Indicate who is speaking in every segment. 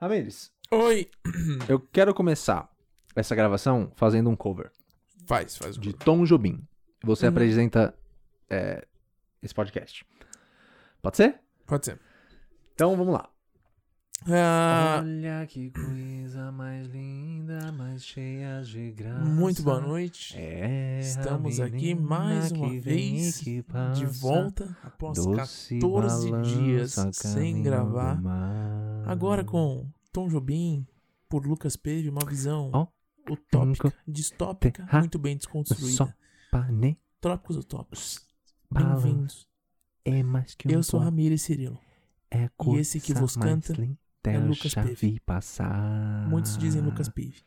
Speaker 1: Amênis,
Speaker 2: Oi!
Speaker 1: eu quero começar essa gravação fazendo um cover
Speaker 2: Faz, faz o
Speaker 1: de Tom Jobim. Você
Speaker 2: Hum.
Speaker 1: apresenta é, esse podcast. Pode ser?
Speaker 2: Pode ser.
Speaker 1: Então vamos lá.
Speaker 2: Ah,
Speaker 1: Olha que coisa mais linda, mais cheia de graça.
Speaker 2: muito boa noite.
Speaker 1: É,
Speaker 2: Estamos aqui mais uma vez, De volta após 14 dias sem gravar. Agora com Tom Jobim, por Lucas Peve, uma visão
Speaker 1: Ó,
Speaker 2: utópica,
Speaker 1: cinco,
Speaker 2: distópica,
Speaker 1: terra,
Speaker 2: muito bem
Speaker 1: só.
Speaker 2: desconstruída.
Speaker 1: Pane,
Speaker 2: Trópicos utópicos.
Speaker 1: bala,
Speaker 2: Bem-vindos.
Speaker 1: é mais que um
Speaker 2: Eu sou
Speaker 1: pó,
Speaker 2: Ramiro Cirilo.
Speaker 1: é a
Speaker 2: e esse que
Speaker 1: coisa
Speaker 2: vos
Speaker 1: mais
Speaker 2: canta
Speaker 1: linda,
Speaker 2: é
Speaker 1: eu
Speaker 2: Lucas
Speaker 1: já
Speaker 2: Peve.
Speaker 1: vi passar.
Speaker 2: Muitos dizem Lucas Peve.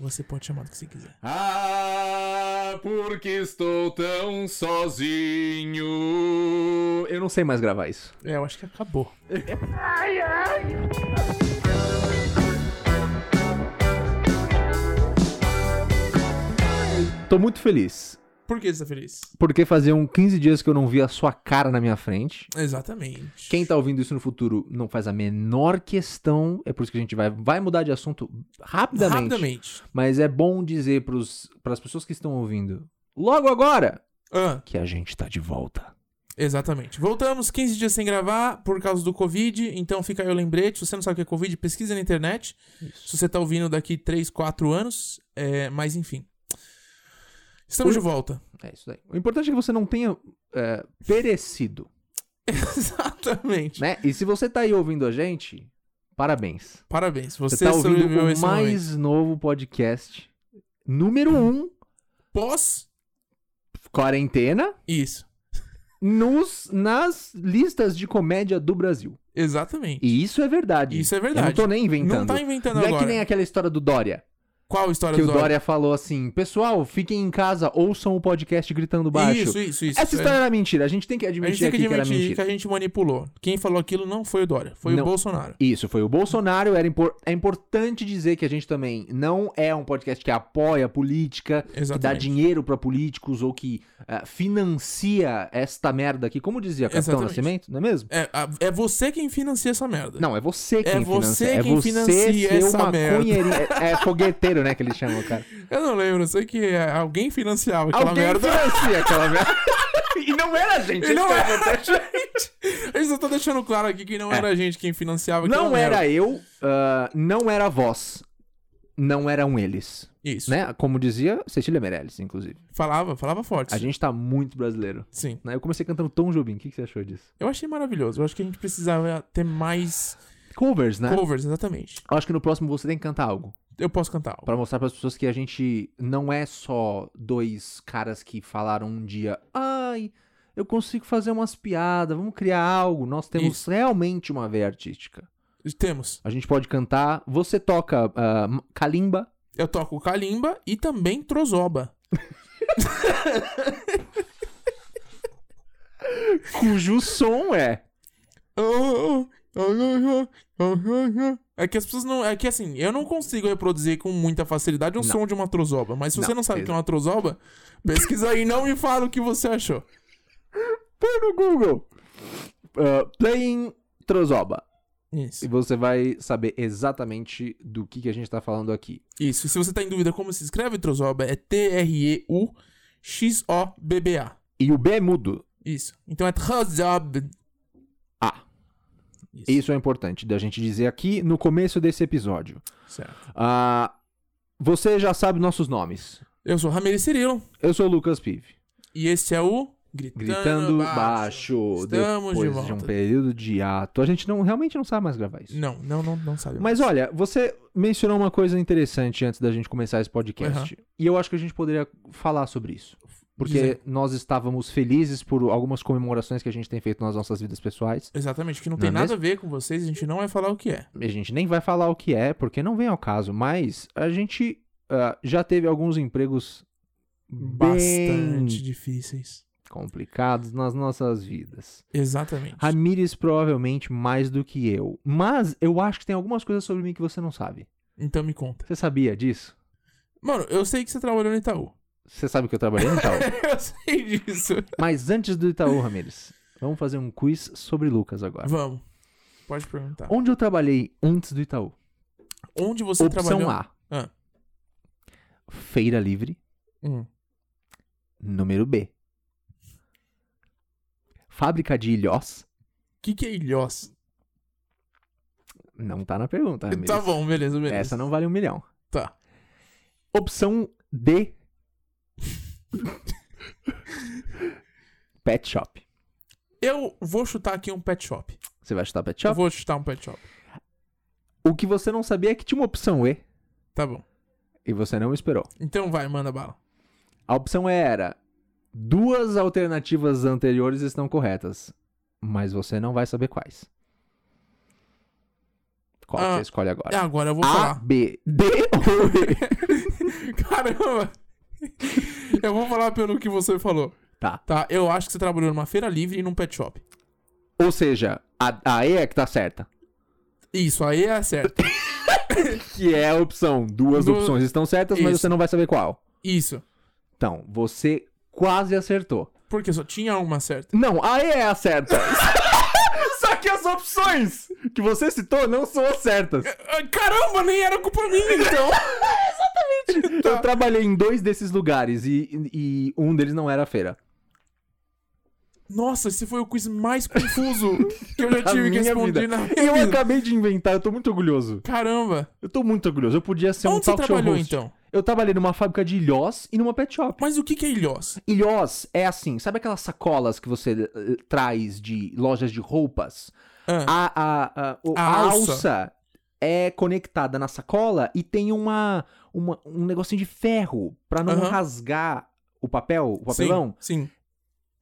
Speaker 2: Você pode chamar do que você quiser.
Speaker 1: Ah, porque estou tão sozinho. Eu não sei mais gravar isso.
Speaker 2: É, eu acho que acabou.
Speaker 1: Tô muito feliz.
Speaker 2: Por que você tá feliz?
Speaker 1: Porque faziam 15 dias que eu não via a sua cara na minha frente.
Speaker 2: Exatamente.
Speaker 1: Quem tá ouvindo isso no futuro não faz a menor questão. É por isso que a gente vai, vai mudar de assunto rapidamente.
Speaker 2: Rapidamente.
Speaker 1: Mas é bom dizer para as pessoas que estão ouvindo logo agora
Speaker 2: Ah.
Speaker 1: que a gente tá de volta.
Speaker 2: Exatamente. Voltamos 15 dias sem gravar por causa do Covid, então fica aí o lembrete. Se você não sabe o que é Covid, pesquisa na internet. Se você tá ouvindo daqui 3, 4 anos, é, mas enfim. Estamos de volta.
Speaker 1: É isso aí. O importante é que você não tenha é, perecido,
Speaker 2: Exatamente.
Speaker 1: né? E se você tá aí ouvindo a gente, parabéns.
Speaker 2: Parabéns, você,
Speaker 1: Você tá ouvindo
Speaker 2: sobreviveu a
Speaker 1: o
Speaker 2: esse momento.
Speaker 1: mais novo podcast, número um,
Speaker 2: Pós
Speaker 1: quarentena,
Speaker 2: isso.
Speaker 1: nos, nas listas de comédia do Brasil.
Speaker 2: Exatamente.
Speaker 1: E isso é verdade.
Speaker 2: Isso é
Speaker 1: Eu
Speaker 2: verdade.
Speaker 1: não tô nem
Speaker 2: Não
Speaker 1: inventando.
Speaker 2: tá inventando
Speaker 1: Não é
Speaker 2: agora.
Speaker 1: que nem aquela história do Dória,
Speaker 2: Qual história
Speaker 1: que o
Speaker 2: do Dória?
Speaker 1: Dória falou assim: pessoal, fiquem em casa, ouçam é o podcast gritando baixo.
Speaker 2: Isso, isso, isso.
Speaker 1: Essa
Speaker 2: isso.
Speaker 1: história era mentira, a gente tem que
Speaker 2: a gente
Speaker 1: admitir
Speaker 2: tem
Speaker 1: aqui
Speaker 2: que
Speaker 1: que era
Speaker 2: admitir
Speaker 1: mentira.
Speaker 2: que a gente manipulou. Quem falou aquilo não foi o Dória, foi
Speaker 1: Não.
Speaker 2: o Bolsonaro.
Speaker 1: Isso, foi o Bolsonaro. Era impor- É importante dizer que a gente também não é um podcast que apoia a política, que dá
Speaker 2: Exatamente.
Speaker 1: dinheiro pra políticos ou que eh, financia esta merda aqui, como dizia Capitão
Speaker 2: Exatamente.
Speaker 1: Nascimento, não é mesmo?
Speaker 2: É, a- é você quem financia essa merda.
Speaker 1: Não, é você quem financia.
Speaker 2: você
Speaker 1: é
Speaker 2: quem
Speaker 1: você
Speaker 2: financia
Speaker 1: ser
Speaker 2: essa
Speaker 1: uma
Speaker 2: merda.
Speaker 1: maconheirinho. É, é fogueteiro, né, que eles chamam, cara.
Speaker 2: Eu não lembro, eu sei que é, alguém financiava aquela
Speaker 1: Alguém
Speaker 2: merda.
Speaker 1: financia aquela merda. e não era a gente.
Speaker 2: E não
Speaker 1: esse
Speaker 2: era
Speaker 1: cara.
Speaker 2: a gente. Eu só tô deixando claro aqui que não era a gente quem financiava aquela
Speaker 1: É. Não era
Speaker 2: merda.
Speaker 1: eu, ah, não era vós, não eram eles.
Speaker 2: Isso.
Speaker 1: Né? Como dizia Cecília Meirelles, inclusive.
Speaker 2: Falava, falava forte.
Speaker 1: A gente tá muito brasileiro.
Speaker 2: Sim.
Speaker 1: né? Eu comecei cantando Tom Jobim, o que, que você achou disso?
Speaker 2: Eu achei maravilhoso. Eu acho que a gente precisava ter mais
Speaker 1: Covers, né?
Speaker 2: covers, exatamente.
Speaker 1: Eu acho que no próximo você tem que cantar algo.
Speaker 2: Eu posso cantar. algo.
Speaker 1: Pra mostrar pras pessoas que a gente não é só dois caras que falaram um dia, ai, eu consigo fazer umas piadas, vamos criar algo. Nós temos realmente uma veia artística.
Speaker 2: Temos.
Speaker 1: A gente pode cantar, você toca ah, m- calimba.
Speaker 2: Eu toco Kalimba e também Trozoba.
Speaker 1: cujo som é.
Speaker 2: É que as pessoas não. É que assim, eu não consigo reproduzir com muita facilidade
Speaker 1: Não.
Speaker 2: o som de uma trozoba. Mas se você
Speaker 1: Não,
Speaker 2: não, sabe o que é uma trozoba, pesquisa aí e não me fala o que você achou.
Speaker 1: Põe no Google. Ah, playing Trozoba. E
Speaker 2: Isso.
Speaker 1: você vai saber exatamente do que, que a gente tá falando aqui.
Speaker 2: Isso. E se você tá em dúvida como se escreve trozoba, é T-R-E-U-X-O-B-B-A.
Speaker 1: E o B é mudo.
Speaker 2: Isso. Então é trozoba.
Speaker 1: Ah.
Speaker 2: Isso.
Speaker 1: Isso é importante da gente dizer aqui no começo desse episódio.
Speaker 2: Certo.
Speaker 1: Ah, você já sabe nossos nomes.
Speaker 2: Eu sou Ramiro Cirilo.
Speaker 1: Eu sou o Lucas Pive.
Speaker 2: E esse é o. Gritando,
Speaker 1: Gritando baixo.
Speaker 2: Estamos de
Speaker 1: depois
Speaker 2: volta.
Speaker 1: um período de ato. A gente não, realmente não sabe mais gravar isso.
Speaker 2: Não, não, não, não sabe.
Speaker 1: Mas olha, você mencionou uma coisa interessante antes da gente começar esse podcast. E eu acho que a gente poderia falar sobre isso. Porque
Speaker 2: Dizer.
Speaker 1: nós estávamos felizes por algumas comemorações que a gente tem feito nas nossas vidas pessoais.
Speaker 2: Exatamente, que não,
Speaker 1: Não é
Speaker 2: tem nada a ver com vocês, a gente não vai falar o que é.
Speaker 1: A gente nem vai falar o que é, porque não vem ao caso, mas a gente ah, já teve alguns empregos
Speaker 2: Bastante
Speaker 1: bem
Speaker 2: difíceis.
Speaker 1: complicados nas nossas vidas.
Speaker 2: Exatamente.
Speaker 1: Ramires provavelmente mais do que eu, mas eu acho que tem algumas coisas sobre mim que você não sabe.
Speaker 2: Então me conta.
Speaker 1: Você sabia disso?
Speaker 2: Mano, eu sei que você trabalhou no Itaú.
Speaker 1: Você sabe que eu trabalhei no Itaú.
Speaker 2: eu sei disso.
Speaker 1: mas antes do Itaú, Ramires, vamos fazer um quiz sobre Lucas agora.
Speaker 2: Vamos. Pode perguntar.
Speaker 1: Onde eu trabalhei antes do Itaú?
Speaker 2: Onde você
Speaker 1: Opção
Speaker 2: trabalhou?
Speaker 1: A.
Speaker 2: Ah.
Speaker 1: Feira Livre.
Speaker 2: Hum.
Speaker 1: Número B. Fábrica de Ilhós.
Speaker 2: Que que é Ilhós?
Speaker 1: Não tá na pergunta. Ramires.
Speaker 2: Tá bom, beleza, beleza.
Speaker 1: Essa não vale um milhão.
Speaker 2: Tá.
Speaker 1: Opção D. pet Shop.
Speaker 2: Eu vou chutar aqui um pet shop.
Speaker 1: Você vai chutar Pet
Speaker 2: Eu
Speaker 1: Shop?
Speaker 2: vou chutar um pet shop.
Speaker 1: O que você não sabia é que tinha uma opção E
Speaker 2: Tá bom.
Speaker 1: e você não esperou.
Speaker 2: Então vai, manda bala.
Speaker 1: A opção E era: duas alternativas anteriores estão corretas, mas você não vai saber quais. Qual
Speaker 2: Ah,
Speaker 1: você escolhe agora?
Speaker 2: Ah, Agora eu vou
Speaker 1: A,
Speaker 2: falar.
Speaker 1: B, D ou E?
Speaker 2: Caramba! eu vou falar pelo que você falou.
Speaker 1: Tá.
Speaker 2: Tá, eu acho que você trabalhou numa feira livre e num pet shop.
Speaker 1: Ou seja, a, a E é que tá certa.
Speaker 2: Isso, aí é certo.
Speaker 1: Que é a opção. Duas
Speaker 2: Du-
Speaker 1: opções estão certas,
Speaker 2: Isso.
Speaker 1: mas você não vai saber qual.
Speaker 2: Isso.
Speaker 1: Então, você quase acertou.
Speaker 2: Porque só tinha uma certa.
Speaker 1: Não, a E é a certa. Só que as opções que você citou não são as certas.
Speaker 2: Ah, Caramba, nem era culpa minha então!
Speaker 1: Eu trabalhei em dois desses lugares e, e um deles não era feira.
Speaker 2: Nossa, esse foi o quiz mais confuso que eu já
Speaker 1: Da
Speaker 2: tive que
Speaker 1: minha
Speaker 2: responder
Speaker 1: vida.
Speaker 2: na
Speaker 1: E eu
Speaker 2: minha vida.
Speaker 1: acabei de inventar, eu tô muito orgulhoso.
Speaker 2: Caramba!
Speaker 1: Eu tô muito orgulhoso. Eu podia ser um
Speaker 2: Onde você
Speaker 1: talk show
Speaker 2: trabalhou
Speaker 1: host.
Speaker 2: então?
Speaker 1: Eu trabalhei numa fábrica de ilhós e numa pet shop.
Speaker 2: Mas o que que é Ilhós?
Speaker 1: Ilhós é assim, sabe aquelas sacolas que você eh, traz de lojas de roupas?
Speaker 2: Ah,
Speaker 1: A, a, a, o-
Speaker 2: A
Speaker 1: a
Speaker 2: alça.
Speaker 1: alça. é conectada na sacola e tem uma, uma- um negocinho de ferro pra não
Speaker 2: Aham.
Speaker 1: rasgar o papel, o papelão.
Speaker 2: Sim, sim.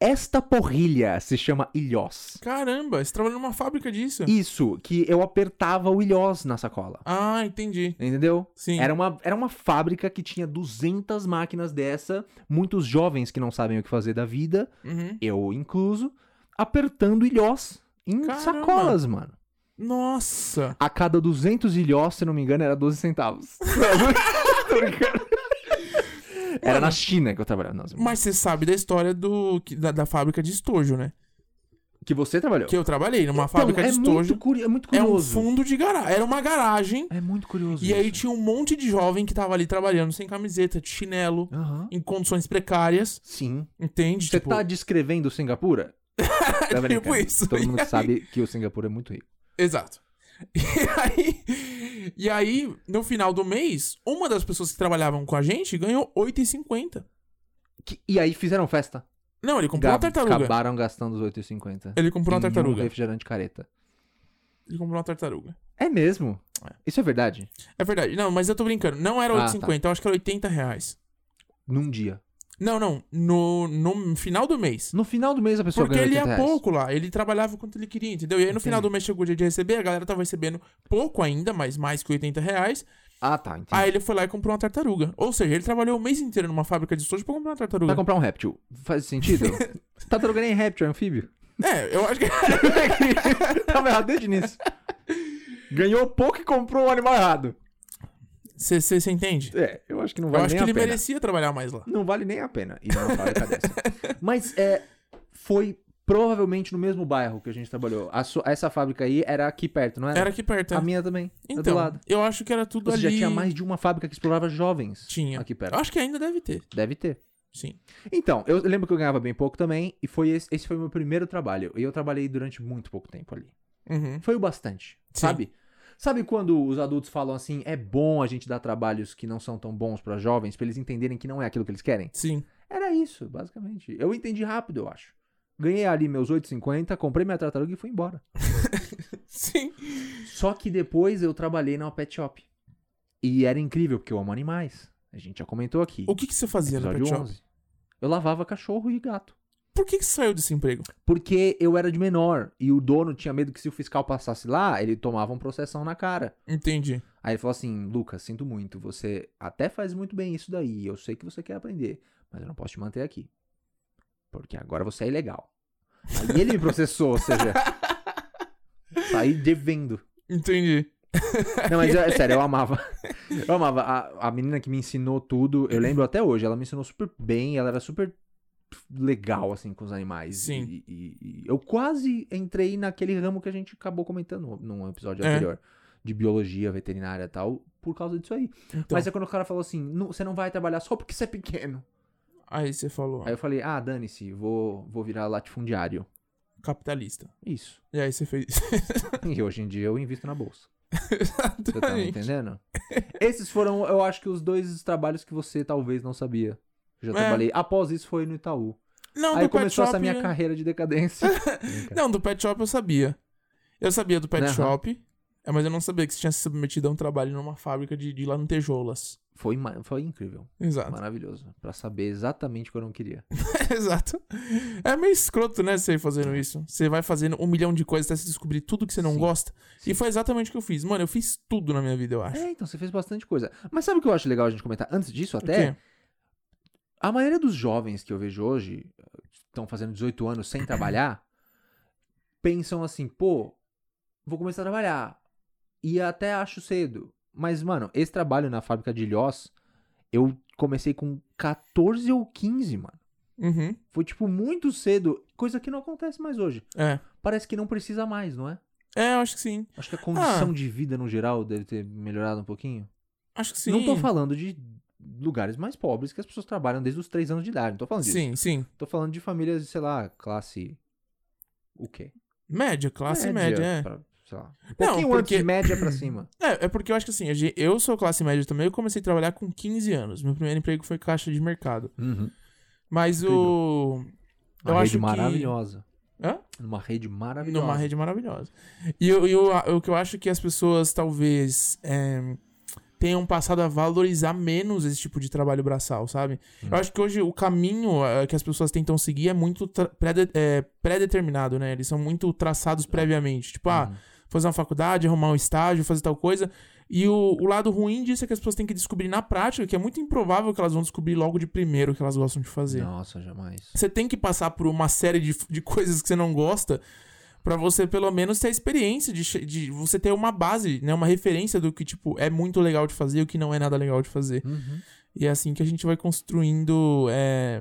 Speaker 1: Esta porrilha se chama ilhós.
Speaker 2: Caramba, você trabalhou numa fábrica disso?
Speaker 1: Isso, que eu apertava o ilhós na sacola.
Speaker 2: Ah, entendi.
Speaker 1: Entendeu?
Speaker 2: Sim.
Speaker 1: Era uma, era uma fábrica que tinha 200 máquinas dessa, muitos jovens que não sabem o que fazer da vida,
Speaker 2: Uhum.
Speaker 1: eu incluso, apertando ilhós em
Speaker 2: Caramba.
Speaker 1: sacolas, mano.
Speaker 2: Nossa!
Speaker 1: A cada 200 ilhós, se não me engano, era 12 centavos. Tô brincando. era na China que eu trabalhava. Nossa,
Speaker 2: Mas você sabe da história do que- da, da fábrica de estojo, né?
Speaker 1: que você trabalhou.
Speaker 2: Que eu trabalhei numa
Speaker 1: Então,
Speaker 2: fábrica
Speaker 1: é
Speaker 2: de
Speaker 1: muito,
Speaker 2: estojo.
Speaker 1: curi- é muito
Speaker 2: É um
Speaker 1: curioso.
Speaker 2: fundo de garagem. Era uma garagem.
Speaker 1: É muito curioso.
Speaker 2: E aí
Speaker 1: isso.
Speaker 2: tinha um monte de jovem que tava ali trabalhando sem camiseta, de chinelo,
Speaker 1: Aham.
Speaker 2: em condições precárias.
Speaker 1: Sim.
Speaker 2: Entende?
Speaker 1: Você tá descrevendo Singapura? Tá brincando.
Speaker 2: tipo isso.
Speaker 1: Todo
Speaker 2: E
Speaker 1: mundo
Speaker 2: aí?
Speaker 1: sabe que o Singapura é muito rico.
Speaker 2: Exato. E aí, e aí, no final do mês, uma das pessoas que trabalhavam com a gente ganhou 8,50.
Speaker 1: Que- e aí fizeram festa.
Speaker 2: Não, ele comprou uma
Speaker 1: Gab-
Speaker 2: tartaruga.
Speaker 1: Acabaram gastando os 8,50.
Speaker 2: Ele comprou uma
Speaker 1: Em Um
Speaker 2: tartaruga.
Speaker 1: refrigerante careta.
Speaker 2: Ele comprou uma tartaruga.
Speaker 1: É mesmo?
Speaker 2: É.
Speaker 1: Isso é verdade?
Speaker 2: É verdade. Não, mas eu tô brincando. Não era
Speaker 1: Ah,
Speaker 2: 8,50, eu acho que era 80 reais.
Speaker 1: Num dia.
Speaker 2: Não, não. No, no final do mês.
Speaker 1: No final do mês a pessoa
Speaker 2: Porque
Speaker 1: ganha
Speaker 2: ele ia
Speaker 1: 80 reais.
Speaker 2: pouco lá. Ele trabalhava quanto ele queria, entendeu? E aí no final do mês chegou o dia de receber, a galera tava recebendo pouco ainda, mas mais que 80 reais.
Speaker 1: Ah, tá. Entendi.
Speaker 2: Aí ele foi lá e comprou uma tartaruga. Ou seja, ele trabalhou o mês inteiro numa fábrica de estojo pra comprar uma tartaruga.
Speaker 1: Vai comprar um réptil. Faz sentido? Tartaruga nem é réptil, é anfíbio.
Speaker 2: É, eu acho que.
Speaker 1: Tava errado desde o início. Ganhou pouco e comprou um animal errado.
Speaker 2: Você entende?
Speaker 1: É, eu acho que não
Speaker 2: Eu
Speaker 1: vale
Speaker 2: acho
Speaker 1: nem
Speaker 2: que
Speaker 1: a
Speaker 2: ele
Speaker 1: pena.
Speaker 2: merecia trabalhar mais lá.
Speaker 1: Não vale nem a pena ir numa fábrica dessa. Mas é, foi provavelmente no mesmo bairro que a gente trabalhou. A su- essa fábrica aí era aqui perto, não era?
Speaker 2: Era aqui perto.
Speaker 1: A
Speaker 2: é.
Speaker 1: minha também. Então, do
Speaker 2: Então,
Speaker 1: lado.
Speaker 2: eu acho que era tudo
Speaker 1: Você
Speaker 2: ali.
Speaker 1: já tinha mais de uma fábrica que explorava jovens
Speaker 2: Tinha.
Speaker 1: aqui
Speaker 2: Eu
Speaker 1: perto.
Speaker 2: acho que ainda deve ter.
Speaker 1: Deve ter.
Speaker 2: Sim.
Speaker 1: Então, eu lembro que eu ganhava bem pouco também, e foi esse, esse foi o meu primeiro trabalho. E eu trabalhei durante muito pouco tempo ali.
Speaker 2: Uhum.
Speaker 1: Foi o bastante,
Speaker 2: Sim.
Speaker 1: sabe? Sabe quando os adultos falam assim, é bom a gente dar trabalhos que não são tão bons pra jovens, pra eles entenderem que não é aquilo que eles querem?
Speaker 2: Sim.
Speaker 1: Era isso, basicamente. Eu entendi rápido, eu acho. Ganhei ali meus 8,50, comprei minha tartaruga e fui embora.
Speaker 2: Sim.
Speaker 1: Só que depois eu trabalhei numa pet shop. E era incrível, porque eu amo animais. A gente já comentou aqui.
Speaker 2: O que que você fazia no
Speaker 1: episódio
Speaker 2: pet shop?
Speaker 1: 11. Eu lavava cachorro e gato.
Speaker 2: Por que que você saiu desse emprego?
Speaker 1: Porque eu era de menor e o dono tinha medo que se o fiscal passasse lá, ele tomava um processão na cara.
Speaker 2: Entendi.
Speaker 1: Aí ele falou assim: Lucas, sinto muito, você até faz muito bem isso daí, eu sei que você quer aprender, mas eu não posso te manter aqui. Porque agora você é ilegal. Aí ele me processou, ou seja. Saí devendo.
Speaker 2: Entendi.
Speaker 1: Não, mas eu- é sério, eu amava. Eu amava. A, a menina que me ensinou tudo, eu lembro até hoje, ela me ensinou super bem, ela era super legal, assim, com os animais.
Speaker 2: Sim.
Speaker 1: E, e- e eu quase entrei naquele ramo que a gente acabou comentando num episódio
Speaker 2: É.
Speaker 1: anterior. De biologia, veterinária e tal, por causa disso aí.
Speaker 2: Então,
Speaker 1: Mas é quando o cara falou assim, "Não, você não vai trabalhar só porque você é pequeno.
Speaker 2: aí você falou, ó,
Speaker 1: Aí eu falei, ah, dane-se, vou, vou virar latifundiário.
Speaker 2: capitalista.
Speaker 1: Isso.
Speaker 2: E aí você fez isso.
Speaker 1: E hoje em dia eu invisto na bolsa. Você tá me
Speaker 2: Exatamente.
Speaker 1: entendendo? Esses foram, eu acho que os dois trabalhos que você talvez não sabia. Eu já
Speaker 2: É.
Speaker 1: trabalhei. Após isso foi no Itaú.
Speaker 2: Não,
Speaker 1: Aí
Speaker 2: do pet
Speaker 1: começou
Speaker 2: shop.
Speaker 1: essa
Speaker 2: né?
Speaker 1: minha
Speaker 2: eu-
Speaker 1: carreira de decadência.
Speaker 2: Não, do pet shop eu sabia. Eu sabia do pet
Speaker 1: Aham.
Speaker 2: shop, é, mas eu não sabia que você tinha se submetido a um trabalho numa fábrica de, de lantejoulas.
Speaker 1: Foi, ma- foi incrível,
Speaker 2: Exato.
Speaker 1: maravilhoso. Pra saber exatamente o que eu não queria.
Speaker 2: Exato. É meio escroto, né, você fazendo isso. Você vai fazendo um milhão de coisas até se descobrir tudo que você não
Speaker 1: É. Sim.
Speaker 2: gosta.
Speaker 1: Sim.
Speaker 2: E foi exatamente o que eu fiz. Mano, eu fiz tudo na minha vida, eu acho.
Speaker 1: É, então você fez bastante coisa. Mas sabe o que eu acho legal a gente comentar? Antes disso,
Speaker 2: O
Speaker 1: até,
Speaker 2: quê?
Speaker 1: a maioria dos jovens que eu vejo hoje, eh, estão fazendo 18 anos sem trabalhar, pensam assim, pô, vou começar a trabalhar. E até acho cedo. Mas, mano, esse trabalho na fábrica de Ilhós, eu comecei com 14 ou 15, mano.
Speaker 2: Uhum.
Speaker 1: Foi, tipo, muito cedo, coisa que não acontece mais hoje.
Speaker 2: É.
Speaker 1: Parece que não precisa mais, não é?
Speaker 2: É, eu acho que sim.
Speaker 1: Acho que a condição de vida no geral deve ter melhorado um pouquinho.
Speaker 2: Acho que sim.
Speaker 1: Não tô falando de lugares mais pobres que as pessoas trabalham desde os 3 anos de idade. Não tô falando disso.
Speaker 2: Sim, sim.
Speaker 1: Tô falando de famílias, sei lá, classe. O quê?
Speaker 2: Média, classe média, é.
Speaker 1: pra- sei lá. Um
Speaker 2: Não,
Speaker 1: pouquinho antes
Speaker 2: porque-
Speaker 1: de média pra cima.
Speaker 2: É, é porque eu acho que assim, a gen- eu sou classe média também, eu comecei a trabalhar com 15 anos. Meu primeiro emprego foi caixa de mercado. Mas o.
Speaker 1: Uhum. Uma
Speaker 2: Eu
Speaker 1: rede
Speaker 2: acho que-
Speaker 1: maravilhosa.
Speaker 2: Hã?
Speaker 1: Uma rede maravilhosa.
Speaker 2: Numa rede maravilhosa. E eu, eu, a- o que eu acho que as pessoas talvez é, tenham passado a valorizar menos esse tipo de trabalho braçal, sabe?
Speaker 1: Hum.
Speaker 2: Eu acho que hoje o caminho é, que as pessoas tentam seguir é muito tra- pré-de- é, pré-determinado, né? Eles são muito traçados
Speaker 1: É.
Speaker 2: previamente. Tipo, ah,
Speaker 1: Uhum.
Speaker 2: fazer uma faculdade, arrumar um estágio, fazer tal coisa. E o, o lado ruim disso é que as pessoas têm que descobrir na prática, que é muito improvável que elas vão descobrir logo de primeiro o que elas gostam de fazer.
Speaker 1: Nossa, jamais.
Speaker 2: Você tem que passar por uma série de, de coisas que você não gosta pra você pelo menos ter a experiência de, che- de você ter uma base, né, uma referência do que tipo é muito legal de fazer e o que não é nada legal de fazer.
Speaker 1: Uhum.
Speaker 2: E é assim que a gente vai construindo, é,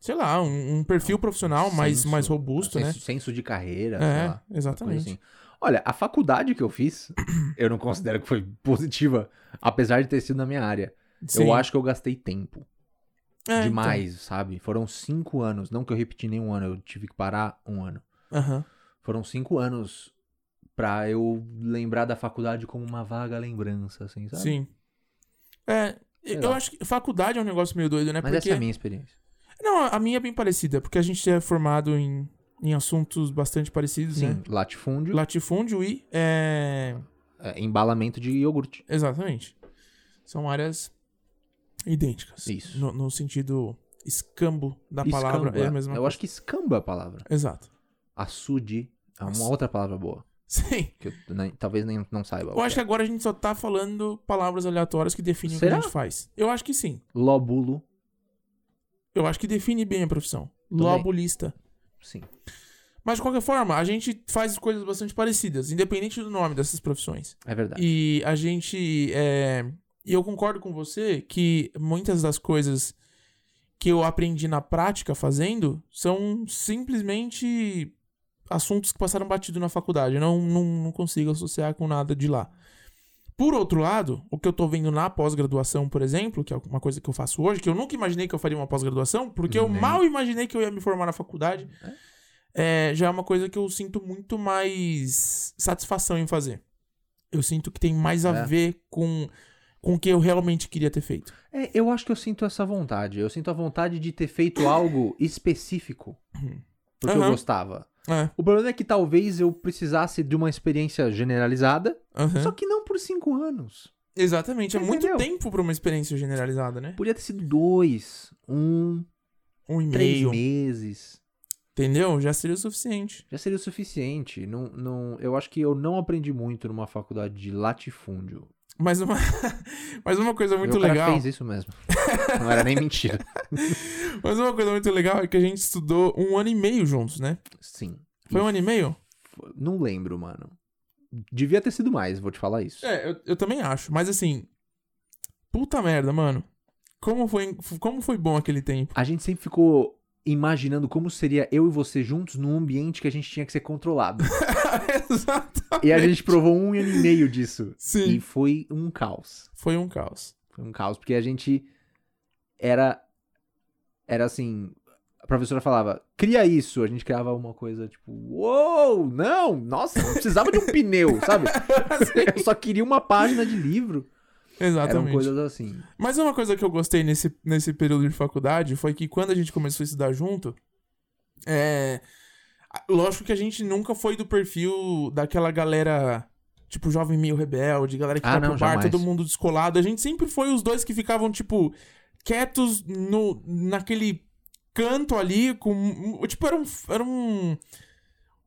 Speaker 2: sei lá, um, um perfil profissional mais,
Speaker 1: Senso.
Speaker 2: mais robusto, né?
Speaker 1: senso, senso de carreira, sei lá.
Speaker 2: É,
Speaker 1: Coisa
Speaker 2: exatamente.
Speaker 1: assim. Olha, a faculdade que eu fiz, eu não considero que foi positiva, apesar de ter sido na minha área.
Speaker 2: Sim.
Speaker 1: Eu acho que eu gastei tempo
Speaker 2: É, então.
Speaker 1: demais, sabe? Foram cinco anos, não que eu repeti nenhum ano, eu tive que parar um ano.
Speaker 2: Aham.
Speaker 1: Foram cinco anos pra eu lembrar da faculdade como uma vaga lembrança, assim, sabe?
Speaker 2: Sim. É,
Speaker 1: Sei
Speaker 2: eu
Speaker 1: lá.
Speaker 2: acho que faculdade é um negócio meio doido, né?
Speaker 1: Mas
Speaker 2: porque...
Speaker 1: essa é a minha experiência.
Speaker 2: Não, a minha é bem parecida, porque a gente é formado em, em assuntos bastante parecidos,
Speaker 1: Sim,
Speaker 2: né?
Speaker 1: latifúndio,
Speaker 2: Latifúndio e. é,
Speaker 1: é, embalamento de iogurte.
Speaker 2: Exatamente. São áreas idênticas.
Speaker 1: Isso.
Speaker 2: No, no sentido escambo da palavra.
Speaker 1: Escamba.
Speaker 2: É a mesma
Speaker 1: eu
Speaker 2: coisa.
Speaker 1: acho que escamba é a palavra.
Speaker 2: Exato.
Speaker 1: Açude é uma
Speaker 2: Açu-
Speaker 1: outra palavra boa,
Speaker 2: Sim.
Speaker 1: que eu nem- talvez nem não saiba.
Speaker 2: Eu acho que agora a gente só tá falando palavras aleatórias que definem o
Speaker 1: Será?
Speaker 2: que a gente faz. Eu acho que sim.
Speaker 1: é. Lóbulo,
Speaker 2: Eu acho que define bem a profissão.
Speaker 1: Também.
Speaker 2: Lobulista.
Speaker 1: sim.
Speaker 2: Mas de qualquer forma, a gente faz coisas bastante parecidas, independente do nome dessas profissões.
Speaker 1: É verdade.
Speaker 2: E a gente. é, E eu concordo com você que muitas das coisas que eu aprendi na prática fazendo são simplesmente assuntos que passaram batido na faculdade. Eu não, não, não consigo associar com nada de lá. Por outro lado, o que eu tô vendo na pós-graduação, por exemplo, que é uma coisa que eu faço hoje, que eu nunca imaginei que eu faria uma pós-graduação, porque eu
Speaker 1: Nem.
Speaker 2: mal imaginei que eu ia me formar na faculdade, é, já é uma coisa que eu sinto muito mais satisfação em fazer. Eu sinto que tem mais a
Speaker 1: É.
Speaker 2: ver com, com o que eu realmente queria ter feito.
Speaker 1: É, eu acho que eu sinto essa vontade. Eu sinto a vontade de ter feito algo específico. Porque
Speaker 2: Aham.
Speaker 1: eu gostava.
Speaker 2: É,
Speaker 1: O problema é que talvez eu precisasse de uma experiência generalizada,
Speaker 2: aham.
Speaker 1: só que não por cinco anos.
Speaker 2: Exatamente, é muito
Speaker 1: Entendeu?
Speaker 2: tempo pra uma experiência generalizada, né?
Speaker 1: Podia ter sido dois, um,
Speaker 2: Um
Speaker 1: três
Speaker 2: e-mail,
Speaker 1: meses.
Speaker 2: entendeu? Já seria o suficiente.
Speaker 1: Já seria o suficiente. Não, não, eu acho que eu não aprendi muito numa faculdade de latifúndio.
Speaker 2: Mas uma, mas uma coisa muito
Speaker 1: Meu cara
Speaker 2: legal.
Speaker 1: fez isso mesmo. não era nem mentira.
Speaker 2: Mas uma coisa muito legal é que a gente estudou um ano e meio juntos, né?
Speaker 1: Sim.
Speaker 2: Foi
Speaker 1: E
Speaker 2: um ano e meio?
Speaker 1: f- Não lembro, mano. Devia ter sido mais, vou te falar isso.
Speaker 2: É, eu, eu também acho. Mas assim. Puta merda, mano. Como foi, como foi bom aquele tempo?
Speaker 1: A gente sempre ficou imaginando como seria eu e você juntos num ambiente que a gente tinha que ser controlado.
Speaker 2: Exato.
Speaker 1: e a gente provou um ano e meio disso.
Speaker 2: Sim.
Speaker 1: E foi um caos.
Speaker 2: Foi um caos.
Speaker 1: Foi um caos, porque a gente era. Era assim. A professora falava, cria isso. A gente criava uma coisa tipo, uou, não, nossa, não precisava de um pneu, sabe? Eu só queria uma página de livro. Eram
Speaker 2: Exatamente.
Speaker 1: coisas assim.
Speaker 2: Mas uma coisa que eu gostei nesse, nesse período de faculdade foi que quando a gente começou a estudar junto, é. a- Lógico que a gente nunca foi do perfil daquela galera, tipo, jovem meio rebelde, galera que
Speaker 1: Ah,
Speaker 2: vai
Speaker 1: não,
Speaker 2: pro bar,
Speaker 1: jamais.
Speaker 2: todo mundo descolado. A gente sempre foi os dois que ficavam, tipo, quietos no, naquele canto ali, com. Tipo, era um. Era um,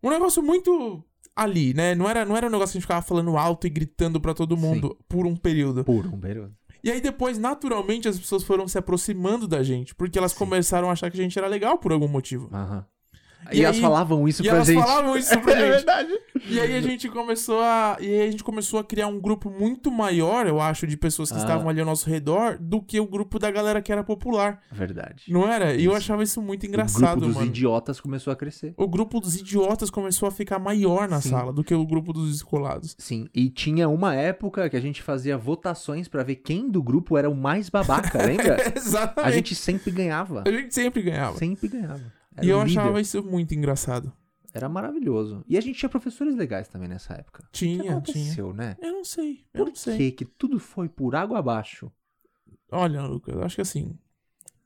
Speaker 2: um negócio muito ali, né? Não era, não era um negócio que a gente ficava falando alto e gritando pra todo mundo por um período.
Speaker 1: Puro, um período.
Speaker 2: E aí depois, naturalmente, as pessoas foram se aproximando da gente, porque elas começaram a achar que a gente era legal por algum motivo.
Speaker 1: Aham. E,
Speaker 2: E
Speaker 1: elas
Speaker 2: aí-
Speaker 1: falavam isso
Speaker 2: e
Speaker 1: pra
Speaker 2: elas
Speaker 1: gente. É
Speaker 2: falavam isso pra gente.
Speaker 1: verdade.
Speaker 2: E aí a gente começou a. E aí a gente começou a criar um grupo muito maior, eu acho, de pessoas que
Speaker 1: Ah.
Speaker 2: estavam ali ao nosso redor, do que o grupo da galera que era popular.
Speaker 1: Verdade.
Speaker 2: Não era? E eu
Speaker 1: Isso.
Speaker 2: achava isso muito
Speaker 1: o
Speaker 2: engraçado,
Speaker 1: grupo dos
Speaker 2: mano.
Speaker 1: idiotas começou a crescer.
Speaker 2: O grupo dos idiotas começou a ficar maior na
Speaker 1: Sim.
Speaker 2: sala do que o grupo dos descolados.
Speaker 1: Sim, e tinha uma época que a gente fazia votações pra ver quem do grupo era o mais babaca, lembra? A
Speaker 2: Exatamente.
Speaker 1: gente sempre ganhava.
Speaker 2: A gente sempre ganhava.
Speaker 1: Sempre ganhava. Era
Speaker 2: e eu
Speaker 1: o líder.
Speaker 2: achava isso muito engraçado.
Speaker 1: Era maravilhoso. E a gente tinha professores legais também nessa época. o que
Speaker 2: Tinha, tinha.
Speaker 1: aconteceu, né?
Speaker 2: Eu não sei. Eu
Speaker 1: Por
Speaker 2: não sei.
Speaker 1: que que tudo foi por água abaixo?
Speaker 2: Olha, Lucas, eu acho que assim.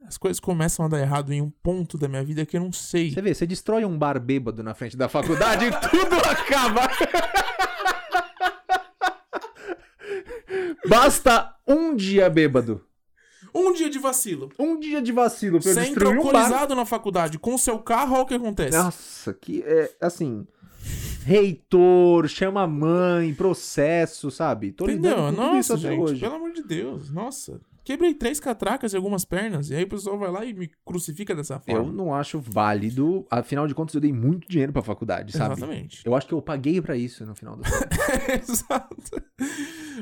Speaker 2: As coisas começam a dar errado em um ponto da minha vida que eu não sei.
Speaker 1: Você vê, você destrói um bar bêbado na frente da faculdade e tudo acaba. Basta um dia bêbado.
Speaker 2: Um dia de vacilo.
Speaker 1: Um dia de vacilo pra eu
Speaker 2: Sempre
Speaker 1: destruir um Ah, bar.
Speaker 2: alcoolizado na faculdade, com seu carro, olha o que acontece.
Speaker 1: Nossa, que é assim. Reitor, chama a mãe, processo, sabe? Tô lidando com
Speaker 2: Entendeu?
Speaker 1: tudo isso
Speaker 2: Nossa,
Speaker 1: até
Speaker 2: gente,
Speaker 1: hoje.
Speaker 2: pelo amor de Deus. Nossa. Quebrei três catracas e algumas pernas. E aí o pessoal vai lá e me crucifica dessa
Speaker 1: Eu
Speaker 2: forma.
Speaker 1: não acho válido. Afinal de contas, eu dei muito dinheiro pra faculdade, sabe?
Speaker 2: Exatamente.
Speaker 1: Eu acho que eu paguei pra isso no final do
Speaker 2: Exato.
Speaker 1: É.